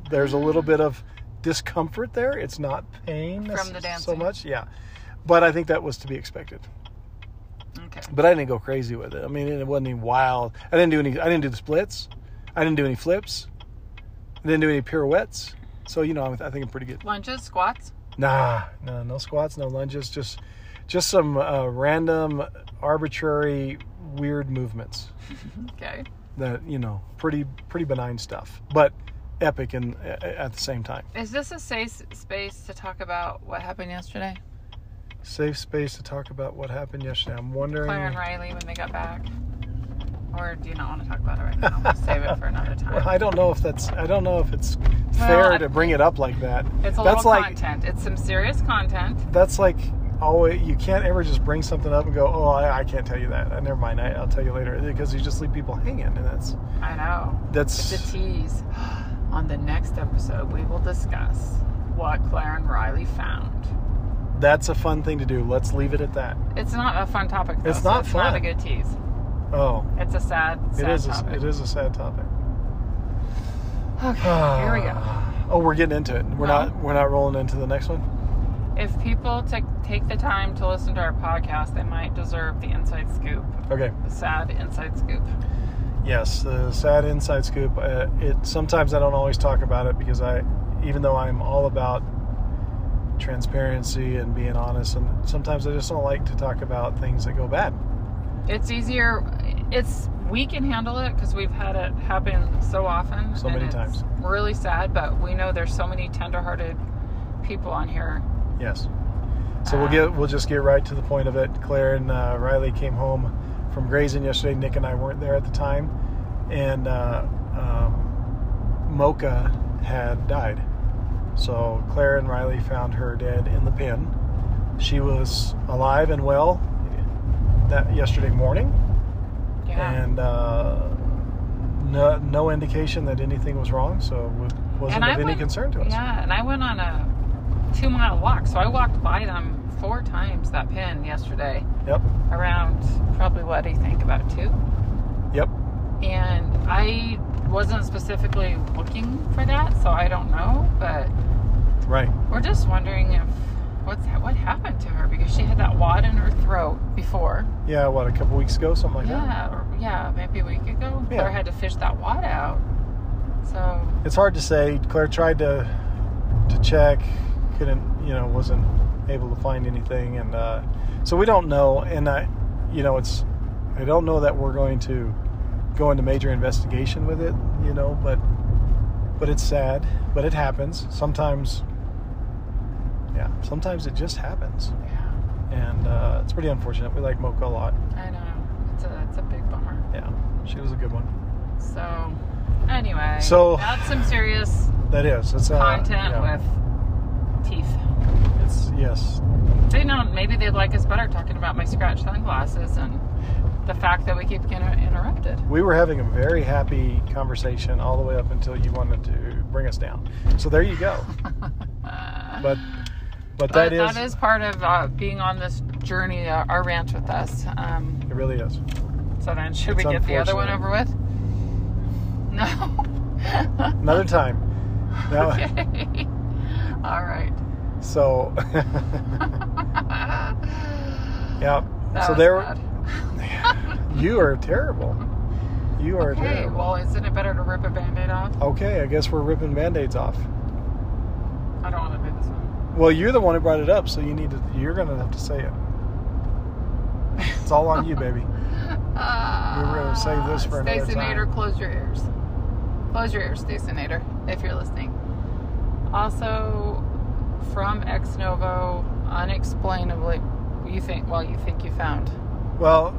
Speaker 1: there's a little bit of discomfort there. It's not pain
Speaker 2: From the
Speaker 1: necess- so
Speaker 2: dancing.
Speaker 1: much, yeah. But I think that was to be expected.
Speaker 2: okay,
Speaker 1: But I didn't go crazy with it. I mean, it wasn't even wild. I didn't do any. I didn't do the splits. I didn't do any flips. I didn't do any pirouettes. So you know, I I think I'm pretty good.
Speaker 2: lunges, squats.
Speaker 1: Nah, no, no squats, no lunges, just just some uh, random, arbitrary, weird movements
Speaker 2: Okay,
Speaker 1: that you know, pretty pretty benign stuff, but epic and uh, at the same time.
Speaker 2: is this a safe space to talk about what happened yesterday?
Speaker 1: Safe space to talk about what happened yesterday. I'm wondering.
Speaker 2: Claire and Riley when they got back? Or do you not want to talk about it right now? We'll save it for another
Speaker 1: Well,
Speaker 2: time.
Speaker 1: I don't know if that's. I don't know if it's fair
Speaker 2: I-
Speaker 1: to bring it up like that.
Speaker 2: It's a
Speaker 1: that's
Speaker 2: little
Speaker 1: like
Speaker 2: content. It's some serious content.
Speaker 1: that's like always. You can't ever just bring something up and go, "Oh, I, I can't tell you that. Uh, never mind. I, I'll tell you later," because you just leave people hanging, and that's
Speaker 2: I know.
Speaker 1: that's.
Speaker 2: It's a tease. On the next episode, we will discuss what Claire and Riley found.
Speaker 1: That's a fun thing to do. Let's leave it at that.
Speaker 2: It's not a fun topic. Though,
Speaker 1: It's
Speaker 2: so
Speaker 1: not
Speaker 2: it's Not a
Speaker 1: fun.
Speaker 2: good tease.
Speaker 1: Oh,
Speaker 2: It's a sad. sad
Speaker 1: it is. A,
Speaker 2: Topic.
Speaker 1: it is a sad topic.
Speaker 2: Okay. here we go.
Speaker 1: Oh, we're getting into it. We're
Speaker 2: No.
Speaker 1: not. We're not rolling into the next one.
Speaker 2: If people take take the time to listen to our podcast, they might deserve the inside scoop.
Speaker 1: Okay.
Speaker 2: The sad inside scoop.
Speaker 1: Yes, the sad inside scoop. Uh, it sometimes I don't always talk about it because I, even though I'm all about transparency and being honest, and sometimes I just don't like to talk about things that go bad.
Speaker 2: It's easier. It's we can handle it because we've had it happen so often.
Speaker 1: So many
Speaker 2: and it's
Speaker 1: times.
Speaker 2: Really sad, but we know there's so many tenderhearted people on here Um,
Speaker 1: Yes. So we'll get we'll just get right to the point of it. Claire and uh, Riley came home from grazing yesterday. Nick and I weren't there at the time, and uh, um, Mocha had died. So Claire and Riley found her dead in the pen. She was alive and well that yesterday morning,
Speaker 2: Yeah.
Speaker 1: and uh, no no indication that anything was wrong. So it wasn't of any
Speaker 2: went-
Speaker 1: concern to us.
Speaker 2: Yeah, and I went on a two mile walk, so I walked by them four times that pen yesterday.
Speaker 1: Yep.
Speaker 2: Around probably what do you think about two?
Speaker 1: Yep.
Speaker 2: And I wasn't specifically looking for that, so I don't know. But
Speaker 1: Right.
Speaker 2: we're just wondering if what's ha- what happened to her because she had that wad in her throat before.
Speaker 1: Yeah. What a couple weeks ago, something like that.
Speaker 2: yeah, or, yeah, maybe a week ago.
Speaker 1: Yeah.
Speaker 2: Claire had to fish that wad out. So
Speaker 1: it's hard to say. Claire tried to to check, couldn't, you know, wasn't able to find anything, and uh, so we don't know. And I, you know, it's I don't know that we're going to go into major investigation with it, you know, but but it's sad, but it happens sometimes. Yeah, sometimes it just happens,
Speaker 2: yeah,
Speaker 1: and uh, it's pretty unfortunate. We like Mocha a lot.
Speaker 2: I know it's a it's a big bummer.
Speaker 1: Yeah, she was a good one.
Speaker 2: So, anyway,
Speaker 1: So-
Speaker 2: that's some serious
Speaker 1: That is. It's uh,
Speaker 2: content
Speaker 1: yeah.
Speaker 2: with teeth.
Speaker 1: It's yes,
Speaker 2: They know maybe they'd like us better talking about my scratch sunglasses and the fact that we keep getting interrupted.
Speaker 1: We were having a very happy conversation all the way up until you wanted to bring us down. So there you go. But
Speaker 2: Uh,
Speaker 1: but,
Speaker 2: But
Speaker 1: that is,
Speaker 2: part of uh, being on this journey, uh, our ranch with us. Um,
Speaker 1: it really is.
Speaker 2: so then, should we
Speaker 1: It's
Speaker 2: get the other one over
Speaker 1: unfortunate.
Speaker 2: with? No.
Speaker 1: Another time. Now-
Speaker 2: okay. All right.
Speaker 1: So yeah.
Speaker 2: That
Speaker 1: so
Speaker 2: was
Speaker 1: there
Speaker 2: bad.
Speaker 1: you are terrible. You are
Speaker 2: Okay,
Speaker 1: terrible.
Speaker 2: well, isn't it better to rip a band-aid off?
Speaker 1: Okay, I guess we're ripping band-aids off.
Speaker 2: I don't want to do this one.
Speaker 1: Well, you're the one who brought it up, so you need to you're going to have to say it. It's all on you, baby.
Speaker 2: Uh,
Speaker 1: We're gonna save this for another
Speaker 2: Stacey
Speaker 1: time.
Speaker 2: Nader, close your ears. Close your ears, Stacey Nader, if you're listening. Also, from Ex Novo, unexplainably, you think, well, you think you found.
Speaker 1: Well,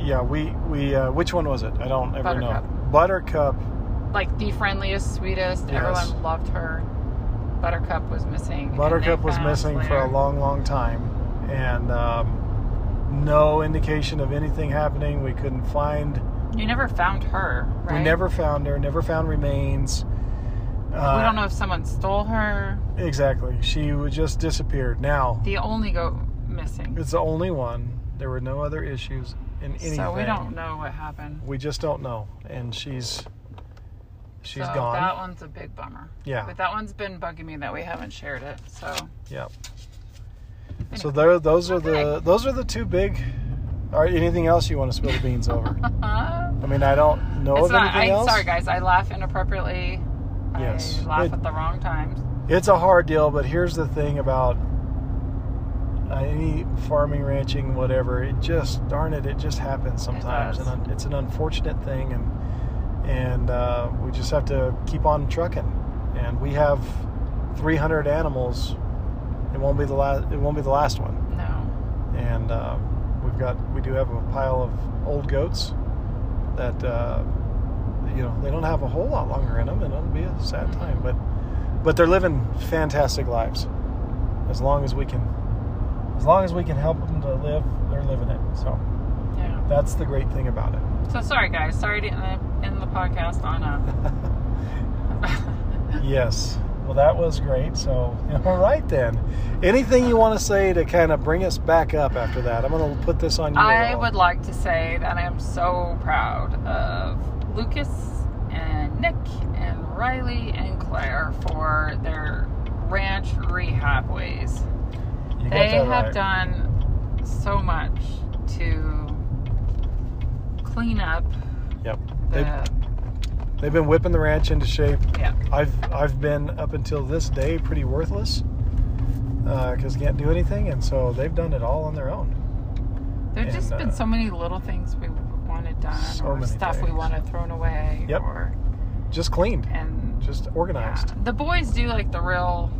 Speaker 1: yeah, we we uh, which one was it? I don't ever know.
Speaker 2: Buttercup.
Speaker 1: Buttercup
Speaker 2: Like the friendliest, sweetest,
Speaker 1: Yes.
Speaker 2: everyone loved her. Buttercup was missing. and they
Speaker 1: Buttercup was
Speaker 2: found
Speaker 1: missing for a
Speaker 2: Slayer.
Speaker 1: long, long time, and um, no indication of anything happening. We couldn't find.
Speaker 2: You never found her, right?
Speaker 1: We never found her. Never found remains. Uh,
Speaker 2: we don't know if someone stole her.
Speaker 1: exactly. She would just disappeared. Now
Speaker 2: The only goat missing.
Speaker 1: it's the only one. There were no other issues in anything.
Speaker 2: So we don't know what happened.
Speaker 1: We just don't know, and she's she's
Speaker 2: so
Speaker 1: gone.
Speaker 2: That one's a big bummer.
Speaker 1: yeah.
Speaker 2: But that one's been bugging me that we haven't shared it. So
Speaker 1: Yep. So there, those are the
Speaker 2: Okay.
Speaker 1: those are the two big. All right. Anything else you want to spill the beans over? I mean, I don't know
Speaker 2: it's
Speaker 1: of
Speaker 2: not.
Speaker 1: anything
Speaker 2: I,
Speaker 1: Oh, else.
Speaker 2: sorry, guys. I laugh inappropriately.
Speaker 1: Yes.
Speaker 2: I laugh
Speaker 1: It-
Speaker 2: at the wrong times.
Speaker 1: It's a hard deal, but here's the thing about uh, any farming, ranching, whatever. It just darn it, it just happens sometimes,
Speaker 2: does.
Speaker 1: and un- it's an unfortunate thing, and and uh, we just have to keep on trucking. And we have 300 animals. It won't be the last. It won't be the last one.
Speaker 2: No.
Speaker 1: and uh, we've got we do have a pile of old goats that uh, you know they don't have a whole lot longer in them, and it'll be a sad
Speaker 2: Mhm.
Speaker 1: time. But but they're living fantastic lives as long as we can as long as we can help them to live, they're living it. So
Speaker 2: Yeah.
Speaker 1: that's the great thing about it.
Speaker 2: So sorry, guys. Sorry to end the, end the podcast on a.
Speaker 1: yes. Well, that was great. So, all right then. Anything you want to say to kind of bring us back up after that? I'm going to put this on you.
Speaker 2: I
Speaker 1: all.
Speaker 2: would like to say that I am so proud of Lucas and Nick and Riley and Claire for their ranch rehab ways.
Speaker 1: You got
Speaker 2: They
Speaker 1: that
Speaker 2: have
Speaker 1: right.
Speaker 2: done so much to clean up
Speaker 1: Yep.
Speaker 2: the
Speaker 1: They- They've been whipping the ranch into shape.
Speaker 2: yeah.
Speaker 1: I've I've been up until this day pretty worthless because can't do anything, and so they've done it all on their own.
Speaker 2: There's just
Speaker 1: and, uh,
Speaker 2: been so many little things we wanted done
Speaker 1: so
Speaker 2: or
Speaker 1: many
Speaker 2: stuff we
Speaker 1: things.
Speaker 2: wanted thrown away
Speaker 1: Yep.
Speaker 2: or
Speaker 1: Just cleaned,
Speaker 2: and
Speaker 1: just
Speaker 2: Yeah.
Speaker 1: organized.
Speaker 2: The boys do like the real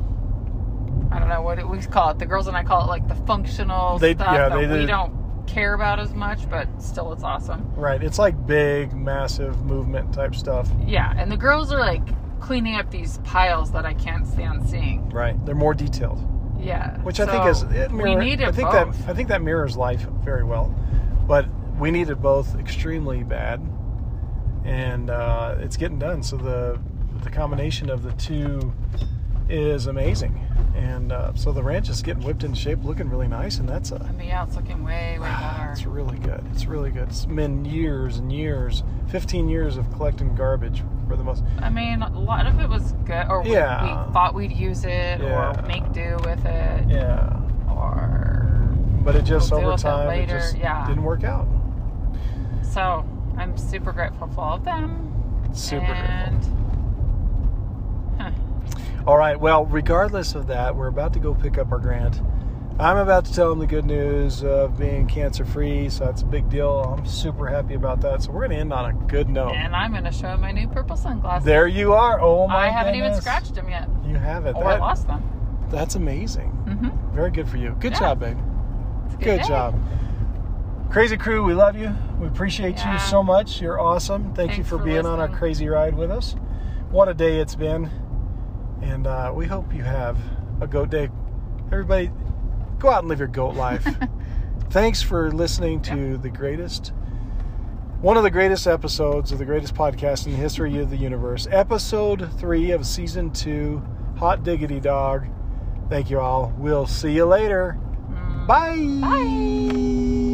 Speaker 2: I don't know what it, we call it. The girls and I call it like the functional
Speaker 1: They-
Speaker 2: stuff
Speaker 1: yeah,
Speaker 2: that
Speaker 1: they
Speaker 2: we
Speaker 1: did-
Speaker 2: don't care about as much, but still, it's awesome.
Speaker 1: Right. It's like big, massive movement type stuff.
Speaker 2: Yeah, and the girls are like cleaning up these piles that I can't stand seeing.
Speaker 1: Right. They're more detailed,
Speaker 2: Yeah,
Speaker 1: which I think
Speaker 2: so
Speaker 1: is it
Speaker 2: we need it
Speaker 1: I think
Speaker 2: both.
Speaker 1: that I think that mirrors life very well, but we need it both extremely bad, and uh, it's getting done. So the the combination of the two is amazing, and uh, so the ranch is getting whipped in shape, looking really nice, and that's a
Speaker 2: I mean, yeah, it's looking way, way better.
Speaker 1: It's really good. It's really good. It's been years and years, 15 years of collecting garbage for the most.
Speaker 2: I mean, a lot of it was good, or we,
Speaker 1: Yeah.
Speaker 2: we thought we'd use it,
Speaker 1: Yeah.
Speaker 2: or make do with it,
Speaker 1: Yeah.
Speaker 2: or
Speaker 1: But it just
Speaker 2: We'll deal
Speaker 1: over
Speaker 2: with that
Speaker 1: time, it
Speaker 2: later,
Speaker 1: just
Speaker 2: yeah.
Speaker 1: didn't work out.
Speaker 2: so. I'm super grateful for all of them.
Speaker 1: Super
Speaker 2: and,
Speaker 1: grateful. All right. Well, regardless of that, we're about to go pick up our grant. I'm about to tell them the good news of being cancer free, so that's a big deal. I'm super happy about that. So we're going to end on a good note.
Speaker 2: and I'm gonna show my new purple sunglasses.
Speaker 1: Oh. There you are. Oh my
Speaker 2: I haven't even
Speaker 1: goodness.
Speaker 2: scratched them yet,
Speaker 1: You haven't.
Speaker 2: or
Speaker 1: That-
Speaker 2: lost them.
Speaker 1: that's amazing.
Speaker 2: Mm-hmm.
Speaker 1: Very good for you. Good
Speaker 2: Yeah.
Speaker 1: job, babe.
Speaker 2: It's a
Speaker 1: Good
Speaker 2: day.
Speaker 1: job. Crazy crew, we love you. We appreciate
Speaker 2: Yeah.
Speaker 1: you so much. You're awesome. Thank you
Speaker 2: Thanks
Speaker 1: for,
Speaker 2: for
Speaker 1: being on our
Speaker 2: listening.
Speaker 1: crazy ride with us. What a day it's been. And uh, we hope you have a goat day. Everybody, go out and live your goat life. Thanks for listening to the greatest, one of the greatest episodes of the greatest podcast in the history of the universe, episode three of season two, Hot Diggity Dog. Thank you all. We'll see you later.
Speaker 2: Mm.
Speaker 1: Bye. Bye.